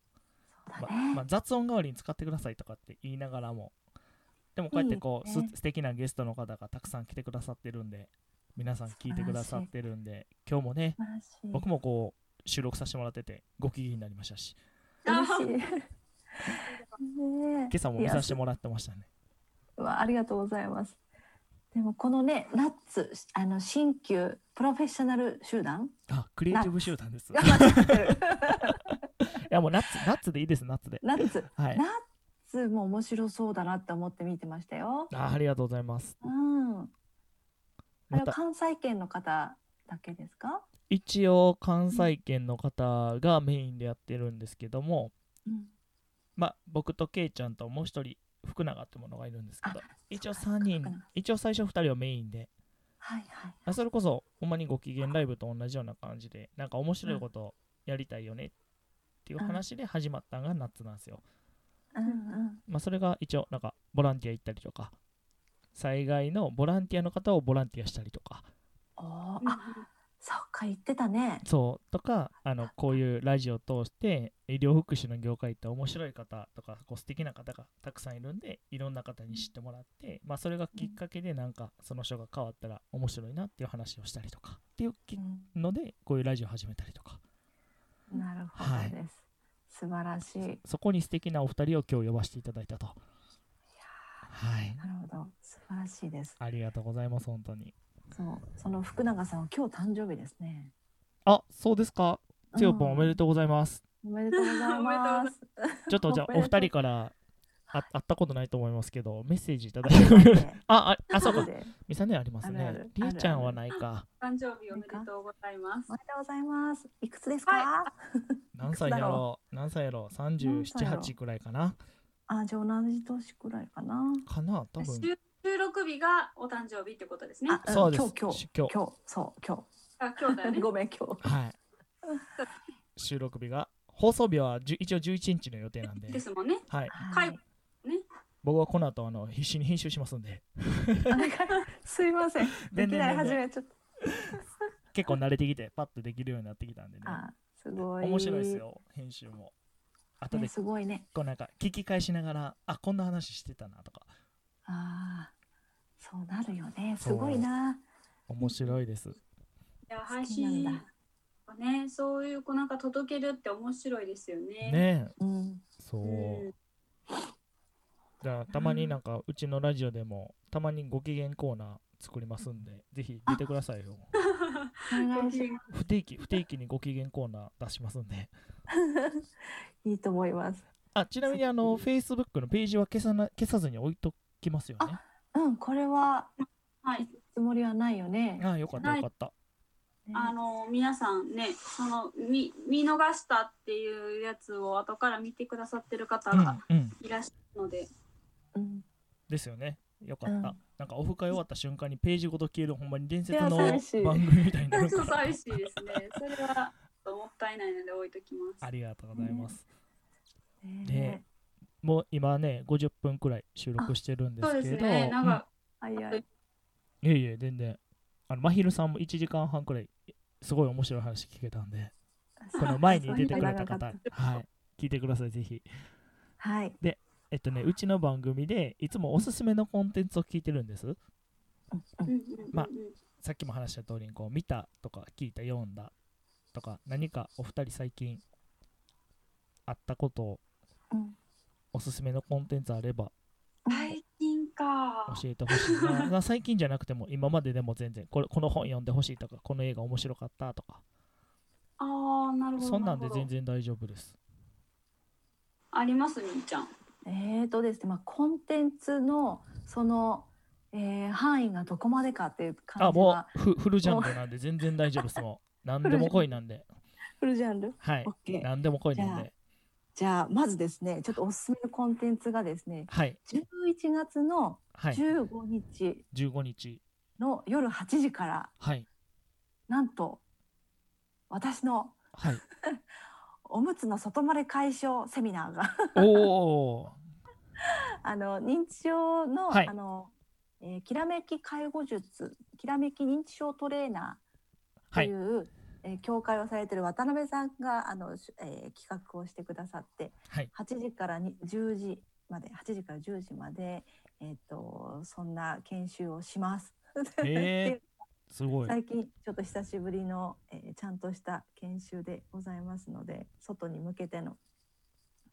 Speaker 4: そうだ
Speaker 1: ま
Speaker 4: ね
Speaker 1: まあ雑音代わりに使ってくださいとかって言いながらもでもこうやってこう
Speaker 4: いい
Speaker 1: す
Speaker 4: ね
Speaker 1: 素敵なゲストの方がたくさん来てくださってるんで皆さん聞いてくださってるんで今日もね
Speaker 4: マジ
Speaker 1: 僕もこう収録させてもらっててご機嫌になりましたし
Speaker 4: 嬉しい。ねえ
Speaker 1: 今朝も見させてもらってましたね
Speaker 4: わありがとうございます。でもこのねナッツあの新旧プロフェッショナル集 団
Speaker 1: あクリエイティブ集団ですい
Speaker 4: 間違ってる
Speaker 1: やもうナッツナッツでいいですナッツで
Speaker 4: ナッツ
Speaker 1: はい
Speaker 4: ナッツも面白そうだなって思って見てましたよ。
Speaker 1: あありがとうございます
Speaker 4: うん。あ
Speaker 1: ま
Speaker 4: れは
Speaker 1: た
Speaker 4: 関西圏の方だけですか？
Speaker 1: 一応関西圏の方がメインでやってるんですけども、
Speaker 4: うん。
Speaker 1: まあ僕とケイちゃんともう一人福永ってものがいるんですけど一応
Speaker 4: そうか
Speaker 1: 3人
Speaker 4: 福永
Speaker 1: 一応最初2人はメインで
Speaker 4: はいはい。
Speaker 1: あそれこそほんまにご機嫌ライブと同じような感じでなんか面白いことやりたいよねっていう話で始まったのがナッツなんですよ、
Speaker 4: うんうん。
Speaker 1: まあ、それが一応なんかボランティア行ったりとか災害のボランティアの方をボランティアしたりとか
Speaker 4: あ
Speaker 3: うん
Speaker 4: ーあそっか言ってたね
Speaker 1: そうとかあのこういうラジオを通して医療福祉の業界って面白い方とかこう素敵な方がたくさんいるんでいろんな方に知ってもらって、まあ、それがきっかけでなんかその人が変わったら面白いなっていう話をしたりとかっていうき
Speaker 4: うん
Speaker 1: のでこういうラジオを始めたりとか
Speaker 4: なるほ
Speaker 1: はい
Speaker 4: どです素晴らしい
Speaker 1: そこに素敵なお二人を今日呼ばせていただいたと。はい、
Speaker 4: なるほど素晴らしいです
Speaker 1: ありがとうございます本当に。
Speaker 4: そうその福永さんは今日誕生日ですね
Speaker 1: あそうですか。つよぽんおめで
Speaker 4: と
Speaker 1: とうございます。
Speaker 4: う、んおめでとうござい
Speaker 3: おめ
Speaker 4: ま
Speaker 3: です
Speaker 1: ちょっとじゃあ
Speaker 4: おめ
Speaker 1: お
Speaker 4: で
Speaker 1: 二
Speaker 4: とう
Speaker 1: 人からあ会ったことないと思いますけどメッセージいただいて
Speaker 4: 後で
Speaker 1: あああそう
Speaker 4: 後
Speaker 1: か
Speaker 4: でお
Speaker 1: ミサネあります
Speaker 4: ある
Speaker 1: ね
Speaker 4: ある。
Speaker 1: りえちゃんはないか。
Speaker 3: 誕生日おめでとうございます。
Speaker 4: めでとうございますいくつですか、
Speaker 3: は
Speaker 1: 何歳やろう何歳やろう ?37、
Speaker 4: 何歳やろう
Speaker 1: 8くらいかな
Speaker 4: あじゃあ同じ年くらいかな
Speaker 1: かな多分。
Speaker 3: 収収録日がお誕生日ってことですね。
Speaker 4: あ
Speaker 1: そうです
Speaker 4: 今日今
Speaker 1: 今
Speaker 4: 日今
Speaker 1: 日
Speaker 4: 日そう今
Speaker 3: あ今日だよ
Speaker 4: 日
Speaker 3: ね。
Speaker 4: ごめん今日
Speaker 1: はい。収録日が。放送日はじゅ一応11日の予定なんで
Speaker 3: で。すもんね。
Speaker 1: はい。
Speaker 4: は
Speaker 3: はい
Speaker 4: い
Speaker 1: 僕はこの後あの必死に編集しますんで。
Speaker 4: お願いすいませんで
Speaker 1: 全然
Speaker 4: きない
Speaker 1: 全
Speaker 4: 初
Speaker 1: 然
Speaker 4: めちょっと
Speaker 1: 結構慣れてきて、パッとできるようになってきたんでね。
Speaker 4: あすごい
Speaker 1: 面白いですよ、編集も。後
Speaker 4: ね
Speaker 1: です
Speaker 4: ごいね
Speaker 1: こうなんか聞き返しながら、あ、こんな話してたなとか。
Speaker 4: あーそうなるよね
Speaker 1: そ
Speaker 4: す
Speaker 1: う
Speaker 4: ごいな
Speaker 1: 面白いです。
Speaker 3: い
Speaker 4: きなん
Speaker 3: や
Speaker 4: だ
Speaker 3: 配信はねそういうこうなんか届けるって面白いですよね。
Speaker 1: ねえ。
Speaker 4: うん
Speaker 1: そうう。
Speaker 3: ん
Speaker 1: じゃあたまになんかうちのラジオでもたまにご機嫌コーナー作りますんでぜひ出てくださいよ
Speaker 4: お願
Speaker 3: ご
Speaker 4: いし
Speaker 3: 機嫌
Speaker 1: 不定期不定期にご機嫌コーナー出しますんで
Speaker 4: いいと思います
Speaker 1: あちなみにあの Facebook のページは消さな消さずに置いときますよね
Speaker 4: うんこれは
Speaker 3: はい。
Speaker 4: つもりはないよね
Speaker 1: あよかった
Speaker 3: はい
Speaker 1: よかった
Speaker 4: ね
Speaker 3: あの皆さんねその見見逃したっていうやつを後から見てくださってる方が
Speaker 1: うんうん
Speaker 3: いらっしゃるので、
Speaker 4: うん
Speaker 1: ですよねよかった、
Speaker 4: うん
Speaker 1: なんかオフ会終わった瞬間にページごと消えるほんまに伝説の
Speaker 4: いや寂しい
Speaker 1: 番組みたいに なる
Speaker 3: ちょ
Speaker 1: か
Speaker 3: っと寂
Speaker 1: ら
Speaker 3: しいですね。それはちょっともったいないので置いときます。
Speaker 1: ありがとうございます、
Speaker 4: ね
Speaker 1: ねもう今ね50分くらい収録してるんで
Speaker 3: そう
Speaker 1: すけ
Speaker 3: です
Speaker 1: ど
Speaker 3: ね。なんか、
Speaker 4: 早い
Speaker 1: いえいえ、全然。あの、まひるさんも1時間半くらい、すごい面白い話聞けたんで、 この前に出てくれた
Speaker 4: そう
Speaker 1: 方
Speaker 4: 長か、
Speaker 1: はい、聞いてください、ぜひ。
Speaker 4: はい
Speaker 1: えっとね、うちの番組で、いつもおすすめのコンテンツを聞いてるんです。
Speaker 4: う
Speaker 3: うん
Speaker 4: ん
Speaker 3: うんうんうん
Speaker 1: まあさっきも話した通りに、こう、見たとか、聞いた、読んだとか、何かお二人最近、あったことを、
Speaker 4: うん
Speaker 1: おすすめのコンテンツあれば
Speaker 3: 最近か。
Speaker 1: 教えてほしいなまあ最近じゃなくても今まででも全然これこの本読んでほしいとかこの映画面白かったとか
Speaker 3: ああ、なるほど。
Speaker 1: そんなんで
Speaker 3: るほど
Speaker 1: 全然大丈夫です
Speaker 3: ありますみーちゃん。
Speaker 4: えーとですね、まあ、コンテンツのその、えー範囲がどこまでかっていう
Speaker 1: あ
Speaker 4: 感じ
Speaker 1: も
Speaker 4: は
Speaker 1: うフフルジャンルなんで全然大丈夫ですも う何でも来いなんで
Speaker 4: フルジャンル
Speaker 1: はい
Speaker 4: OK
Speaker 1: 何でも来いなんで
Speaker 4: じゃあまずですねちょっとおすすめのコンテンツがですね
Speaker 1: はい
Speaker 4: 11月の
Speaker 1: はい
Speaker 4: 15日
Speaker 1: 15日
Speaker 4: の夜8時から、
Speaker 1: はい
Speaker 4: なんと私の
Speaker 1: はい
Speaker 4: おむつの外漏れ解消セミナーが
Speaker 1: おお
Speaker 4: あの認知症の,、
Speaker 1: はい
Speaker 4: あのえーきらめき介護術きらめき認知症トレーナーと、
Speaker 1: はいいう
Speaker 4: えー協会をされてる渡辺さんがあの、しえー企画をしてくださって
Speaker 1: はい
Speaker 4: 8時からに10時まで8時から10時まで、えー、とそんな研修をします。
Speaker 1: へすごい
Speaker 4: 最近ちょっと久しぶりの、えーちゃんとした研修でございますので外に向けての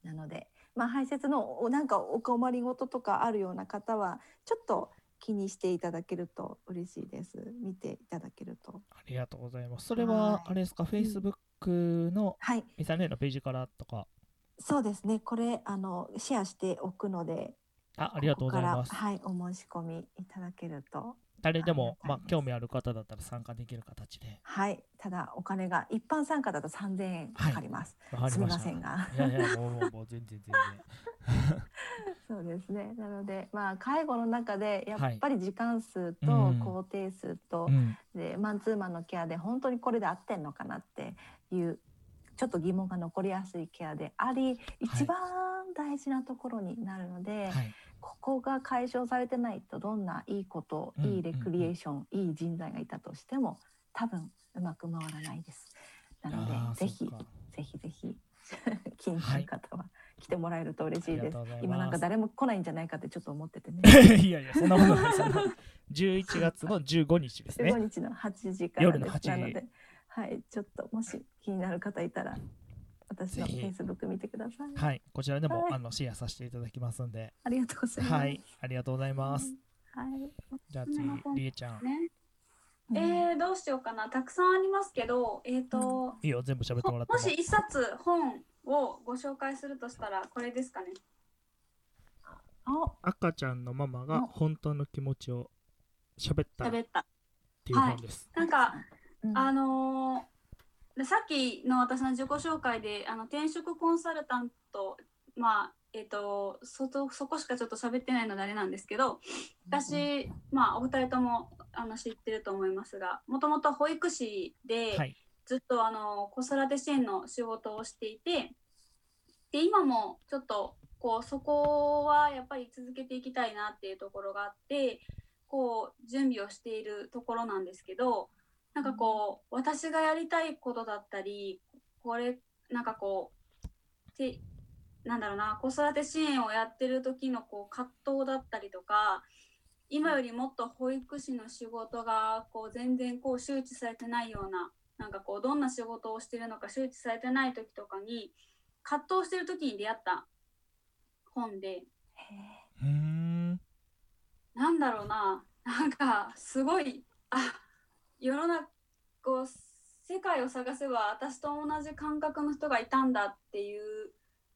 Speaker 4: なので、まあ、排泄のおなんかお困りごととかあるような方はちょっと気にしていただけると嬉しいです見ていただけると。
Speaker 1: ありがとうございますそれ
Speaker 4: はい
Speaker 1: はあれですか Facebook の
Speaker 4: はい
Speaker 1: ミサネのページからとか
Speaker 4: そうですね。これあのシェアしておくので、
Speaker 1: あありがとうございま
Speaker 4: こ
Speaker 1: す
Speaker 4: こからはいお申し込みいただけると、
Speaker 1: 誰でも
Speaker 4: あり
Speaker 1: まあ
Speaker 4: がとうございます
Speaker 1: 興味ある方だったら参加できる形で
Speaker 4: はい。ただお金が一般参加だと3000円
Speaker 1: はい
Speaker 4: かかります。
Speaker 1: わかり
Speaker 4: すみ
Speaker 1: ま
Speaker 4: ま
Speaker 1: した
Speaker 4: せんが、
Speaker 1: いやいやもうもうもう全 然全然
Speaker 4: そうですね。なのでまあ介護の中でやっぱり時間数と
Speaker 1: はいうん
Speaker 4: 工程数と、
Speaker 1: うん
Speaker 4: でマンツーマンのケアで本当にこれで合ってんのかなっていうちょっと疑問が残りやすいケアであり、一番大事なところになるので。
Speaker 1: はい
Speaker 4: ここが解消されてないとどんないいこと
Speaker 1: うん
Speaker 4: いいレクリエーション、いい人材がいたとしても多分うまく回らないです。な
Speaker 1: あ
Speaker 4: の
Speaker 1: ー
Speaker 4: でぜひ
Speaker 1: そっか
Speaker 4: ぜひぜひ 気になる方は来てもらえると嬉しい
Speaker 1: あり
Speaker 4: で
Speaker 1: がと
Speaker 4: す。
Speaker 1: うございます
Speaker 4: 今なんか誰も来ないんじゃないかってちょっと思っ ててね。
Speaker 1: いやいや、そんなことない。そんなことない11月の15日ですね
Speaker 4: 15。日の8時から
Speaker 1: 夜の
Speaker 4: で
Speaker 1: 8
Speaker 4: す。
Speaker 1: 時
Speaker 4: なので、はい、ちょっともし気になる方いたら私の
Speaker 1: ぜひ
Speaker 4: Facebook 見てください。
Speaker 1: はい、こちらでも、
Speaker 4: はい
Speaker 1: あのシェアさせていただきますんで、
Speaker 4: ありがとうございます。
Speaker 1: はい、ありがとうございます。
Speaker 4: はい。
Speaker 1: じゃあ次、りえちゃん、
Speaker 3: ね。えー、どうしようかな。たくさんありますけど、えっ、と、
Speaker 1: いいよ、全部喋ってもらっても。
Speaker 3: もし一冊本をご紹介するとしたら、これですかね。
Speaker 4: あ、
Speaker 1: 赤ちゃんのママが
Speaker 4: あ
Speaker 1: 本当の気持ちを喋ったっ
Speaker 3: 喋った。
Speaker 1: ていう本です。
Speaker 3: なんか、
Speaker 4: うん
Speaker 3: あのーでさっきの私の自己紹介であの転職コンサルタントまあえっ、とそとそこしかちょっと喋ってないのであれなんですけど私、まあ、お二人ともあの知ってると思いますがもともと保育士で、
Speaker 1: はい、
Speaker 3: ずっとあの子育て支援の仕事をしていてで今もちょっとこうそこはやっぱり続けていきたいなっていうところがあってこう準備をしているところなんですけどなんかこう私がやりたいことだったりこれなんかこうてなんだろうな子育て支援をやってる時のこう葛藤だったりとか今よりもっと保育士の仕事がこう全然こう周知されてないようななんかこうどんな仕事をしてるのか周知されてない時とかに葛藤してる時に出会った本で
Speaker 1: うーん、
Speaker 3: なんだろうななんかすごいあ世の中こう世界を探せば私と同じ感覚の人がいたんだっていう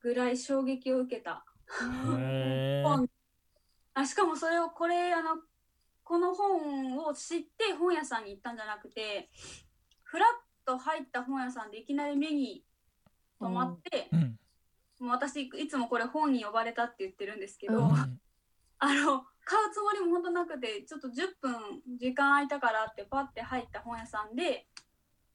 Speaker 3: ぐらい衝撃を受けた
Speaker 1: へー
Speaker 3: 本あしかもそれをこれあのこの本を知って本屋さんに行ったんじゃなくてフラッと入った本屋さんでいきなり目に止まって、
Speaker 1: うん、
Speaker 3: もう私いつもこれ本に呼ばれたって言ってるんですけ
Speaker 1: う、
Speaker 3: ど、
Speaker 4: うん
Speaker 3: あの買うつもりも本当なくてちょっと10分時間空いたからってパッて入った本屋さんで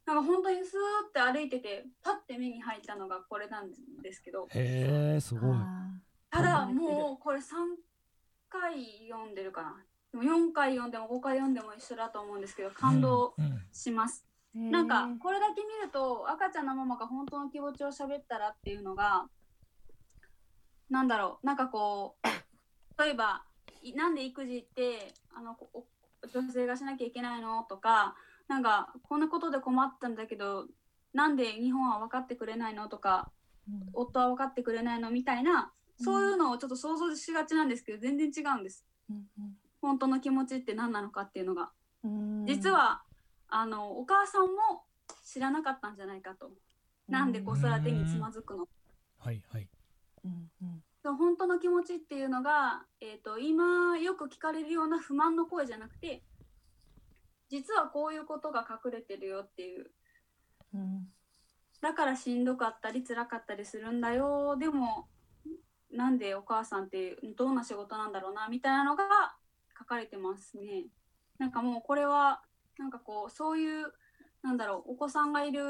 Speaker 3: なんか本当にスーって歩いててパッて目に入ったのがこれなんですけど
Speaker 1: へえ、すごい。
Speaker 4: あ
Speaker 3: ただもうこれ3回読んでるかなでも4回読んでも5回読んでも一緒だと思うんですけど感動
Speaker 1: うん。
Speaker 3: します。
Speaker 4: ーへー
Speaker 3: なんかこれだけ見ると赤ちゃんのママが本当の気持ちを喋ったらっていうのがなんだろうなんかこう例えばいなんで育児ってあのこお女性がしなきゃいけないのとかなんかこんなことで困ったんだけどなんで日本は分かってくれないのとか
Speaker 4: うん
Speaker 3: 夫は分かってくれないのみたいなそういうのをちょっと想像しがちなんですけど全然違うんです本当の気持ちって何なのかっていうのが。
Speaker 4: うんうん
Speaker 3: 実はあのお母さんも知らなかったんじゃないかとなんで子育てにつまずくの
Speaker 1: はい、はい。
Speaker 4: うんうん
Speaker 3: そう本当の気持ちっていうのが、えー、と今よく聞かれるような不満の声じゃなくて実はこういうことが隠れてるよっていう
Speaker 4: うん
Speaker 3: だからしんどかったり辛かったりするんだよでもなんでお母さんってどんな仕事なんだろうなみたいなのが書かれてますね。なんかもうこれはなんかこうそういうなんだろうお子さんがいる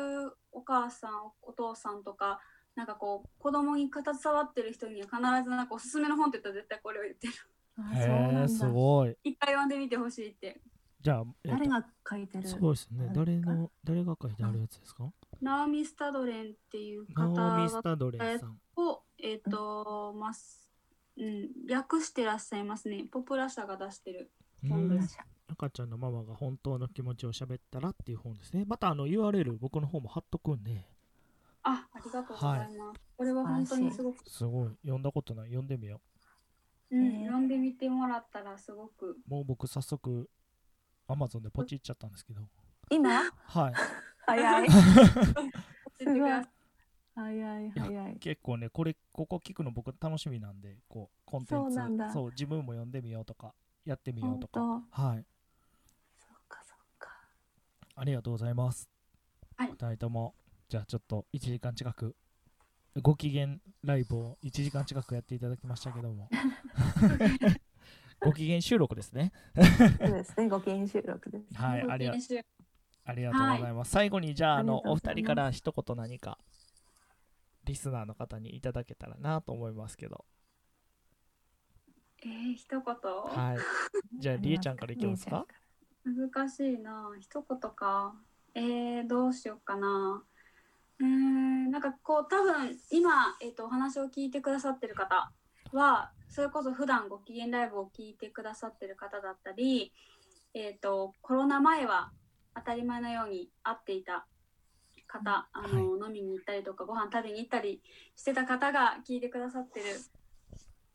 Speaker 3: お母さんお父さんとかなんかこう子供に携わってる人には必ずなんかおすすめの本って言ったら絶対これを言ってる
Speaker 4: あそう
Speaker 1: へ
Speaker 4: な
Speaker 1: え、
Speaker 4: ん
Speaker 1: す
Speaker 4: だ
Speaker 1: ごい。
Speaker 3: 一回読んでみてほしいって
Speaker 1: じゃあ、えっと
Speaker 4: 誰が書いてる
Speaker 1: すごいですね。誰の、誰が書いてあるやつですか
Speaker 3: ナオミ・スタドレンっていう
Speaker 1: ナ
Speaker 3: 方
Speaker 1: オミ・
Speaker 3: が
Speaker 1: スタドレンさん。
Speaker 3: を、えっ、と、ます、うん、略してらっしゃいますね。ポプラ社が出してる。
Speaker 1: う
Speaker 4: 本
Speaker 1: ん
Speaker 4: 部社
Speaker 1: 赤ちゃんのママが本当の気持ちを喋ったらっていう本ですね。またあの URL 僕の方も貼っとくんで、
Speaker 3: あ、ありがとうございます。これは本当にすごく、
Speaker 1: すごい。読んだことない。読んでみよ
Speaker 3: うん
Speaker 4: ね、
Speaker 3: 読んでみてもらったらすごく。
Speaker 1: う。もう僕早速 Amazon でポチっちゃったんですけど。
Speaker 4: 今
Speaker 1: はい。
Speaker 4: 早い
Speaker 3: 教えてくださ
Speaker 4: 早い早い
Speaker 1: 結構ね、これ、ここ聞くの僕楽しみなんで、こう、コンテン
Speaker 4: そう
Speaker 1: ツ
Speaker 4: なんだ、
Speaker 1: そう、自分も読んでみようとか、やってみよう
Speaker 4: 本
Speaker 1: と
Speaker 4: 当
Speaker 1: か。はい。
Speaker 4: そっかそっか
Speaker 1: ありがとうございます。
Speaker 3: はい。
Speaker 1: 二人とも、じゃあちょっと1時間近く、ご機嫌ライブを1時間近くやっていただきましたけども。ご機嫌収録ですね。
Speaker 4: そうですねご研修録です
Speaker 1: はいい、ありが
Speaker 3: 練習
Speaker 1: ありがとうございます。最後にじゃあ、あの、
Speaker 4: あ
Speaker 1: お
Speaker 4: りがとうござ
Speaker 1: 二
Speaker 4: います
Speaker 1: 人から一言何か、リスナーの方にいただけたらなと思いますけど。
Speaker 3: えー、一言、
Speaker 1: はい。じゃあ、りえちゃんからいきますか。
Speaker 3: 難しいな一言かえー、どうしようかなうーんなんかこう多分今、えっとお話を聞いてくださってる方はそれこそ普段ご機嫌ライブを聞いてくださってる方だったり、えっとコロナ前は当たり前のように会っていた方、あの飲みに行ったりとかご飯食べに行ったりしてた方が聞いてくださってる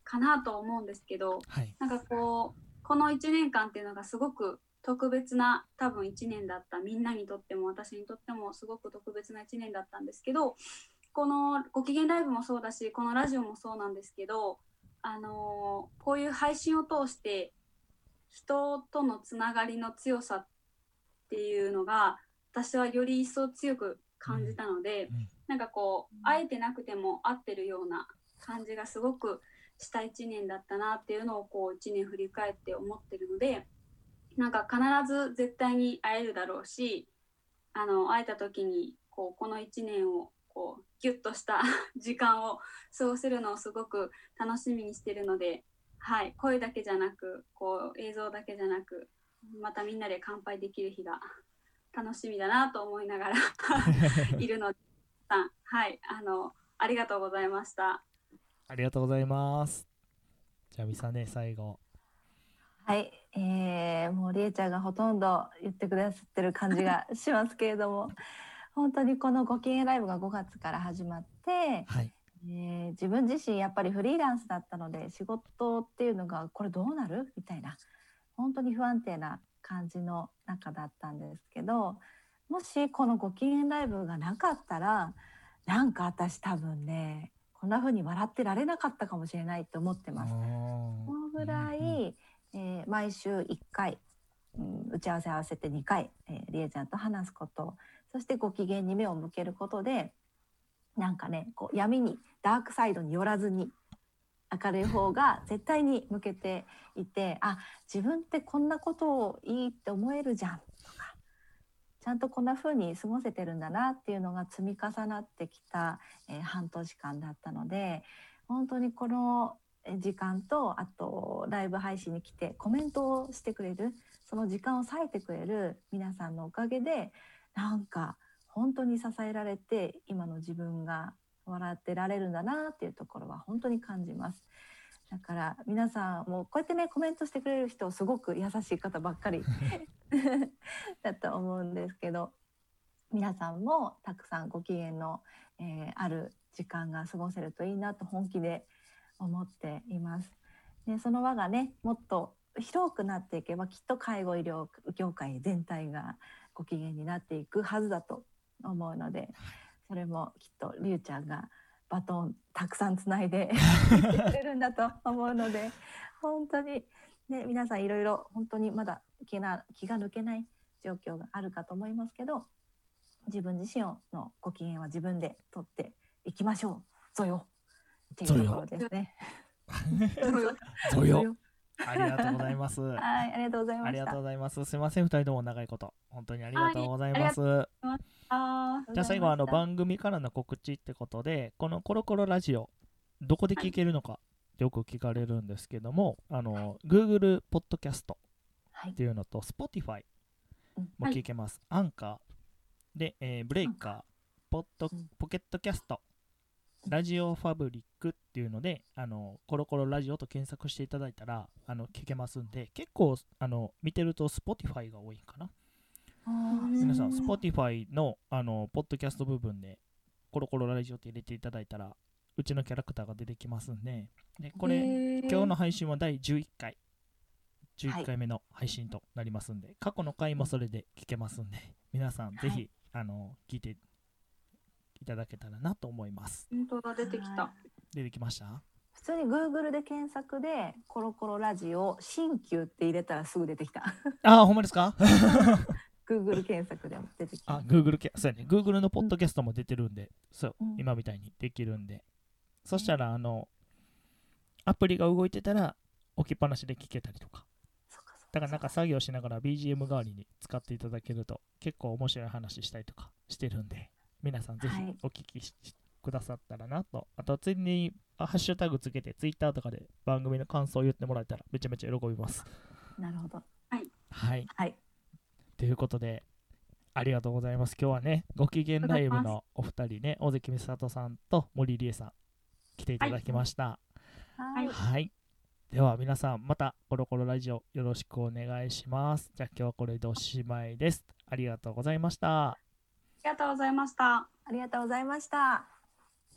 Speaker 3: かなと思うんですけど、
Speaker 1: はい。
Speaker 3: なんかこうこの1年間っていうのがすごく特別な多分1年だったみんなにとっても私にとってもすごく特別な1年だったんですけどこの「ご機嫌ライブ」もそうだしこのラジオもそうなんですけど、あのーこういう配信を通して人とのつながりの強さっていうのが私はより一層強く感じたので、
Speaker 1: うんうん
Speaker 3: なんかこう会えてなくても会ってるような感じがすごくした1年だったなっていうのをこう1年振り返って思ってるのでなんか必ず絶対に会えるだろうしあの会えた時にこうこの1年をこうギュッとした 時間を過ごせるのをすごく楽しみにしてるので、はい、声だけじゃなくこう映像だけじゃなくまたみんなで乾杯できる日が楽しみだなと思いながら いるので、さんはい、あのありがとうございました。
Speaker 1: ありがとうございます。じゃあ、みさね、最後。
Speaker 4: はい、えー、もうりえちゃんがほとんど言ってくださってる感じがしますけれども本当にこの「ご機嫌ライブ」が5月から始まって、
Speaker 1: はい。
Speaker 4: えー自分自身やっぱりフリーランスだったので仕事っていうのがこれどうなるみたいな本当に不安定な感じの中だったんですけどもしこの「ご機嫌ライブ」がなかったらなんか私多分ねこんな風に笑ってられなかったかもしれないと思ってます。
Speaker 1: おー
Speaker 4: このぐらい、えー毎週1回、うん打ち合わせ合わせて2回、えー、りえちゃんと話すことそしてご機嫌に目を向けることでなんかねこう闇にダークサイドに寄らずに明るい方が絶対に向けていてあ自分ってこんなことをいいって思えるじゃんとかちゃんとこんな風に過ごせてるんだなっていうのが積み重なってきた、えー半年間だったので本当にこのえー時間とあとライブ配信に来てコメントをしてくれるその時間を割いてくれる皆さんのおかげでなんか本当に支えられて今の自分が笑ってられるんだなっていうところは本当に感じます。だから皆さんもうこうやってねコメントしてくれる人すごく優しい方ばっかり だと思うんですけど皆さんもたくさんご機嫌の、えーある時間が過ごせるといいなと本気で思っています。でその輪がねもっと広くなっていけばきっと介護医療業界全体がご機嫌になっていくはずだと思うのでそれもきっとりゅうちゃんがバトンたくさんつないでいってくれるんだと思うので本当に、ね、皆さんいろいろ本当にまだ気な気が抜けない状況があるかと思いますけど自分自身のご機嫌は自分で取っていきましょうぞよっていうところですね。
Speaker 1: ぞよ。ありがとうございます。
Speaker 4: はい、ありがとうございま
Speaker 1: あり
Speaker 4: し
Speaker 1: が
Speaker 4: た
Speaker 1: とう。ございます。すいません、二人とも長いこと。本当にありがとうございます。
Speaker 3: あー
Speaker 1: じゃあ最後、あの番
Speaker 4: 番
Speaker 1: 組からの告知ってことで、このコロコロラジオ、どこで聞けるのか、よく聞かれるんですけども、あの、Google ポッドキャスト
Speaker 4: はい
Speaker 1: っていうのと、Spotify
Speaker 4: うん
Speaker 1: も聞けます。アンカーで、えーブレイカー、ポッド
Speaker 4: うん
Speaker 1: ポケットキャスト、
Speaker 4: うん
Speaker 1: ラジオファブリックっていうので、あの、コロコロラジオと検索していただいたら、あの、聞けますんで、結構、あの、見てると Spotify が多いんかな。皆さん、Spotify の、あの、ポッドキャスト部分で、コロコロラジオって入れていただいたら、うちのキャラクターが出てきますんで、でこれ、今日の配信は第11回、
Speaker 4: は
Speaker 1: 11
Speaker 4: い
Speaker 1: 回目の配信となりますんで、過去の回もそれで聞けますんで、 皆さん、ぜひ、あの、聞いていただけたらなと思います。
Speaker 3: 本当だ出てきた。
Speaker 1: 出てきました
Speaker 4: 普通に Google で検索でコロコロラジオ新旧って入れたらすぐ出てきた。
Speaker 1: あー、ほんまです か
Speaker 4: Google 検索でも出てき
Speaker 1: あ
Speaker 4: た。、
Speaker 1: Google け、そうやね、Google のポッドキャストも出てるんで、そう、
Speaker 4: うん
Speaker 1: 今みたいにできるんで、そしたら、あの、アプリが動いてたら、置きっぱなしで聞けたりとか、
Speaker 4: そうかそう
Speaker 1: だからなんか作業しながら BGM 代わりに使っていただけると、結構面白い話したりとかしてるんで、皆さんぜひ
Speaker 4: はい
Speaker 1: お聞きし、くださったらなと、あと、ついでにあハッシュタグつけて、ツイッターとかで番組の感想を言ってもらえたらめちゃめちゃ喜びます。
Speaker 4: なるほど。
Speaker 1: はい。
Speaker 4: はい。
Speaker 1: ということで、ありがとうございます。今日はね、ご機嫌ライブのお二人ね、大関美里さんと森理恵さん、来ていただきました。
Speaker 4: はい
Speaker 1: はい。では皆さん、またコロコロラジオよろしくお願いします。じゃあ今日はこれでおしまいです。ありがとうございました。
Speaker 3: りがとうございました。
Speaker 4: ありがとうございました。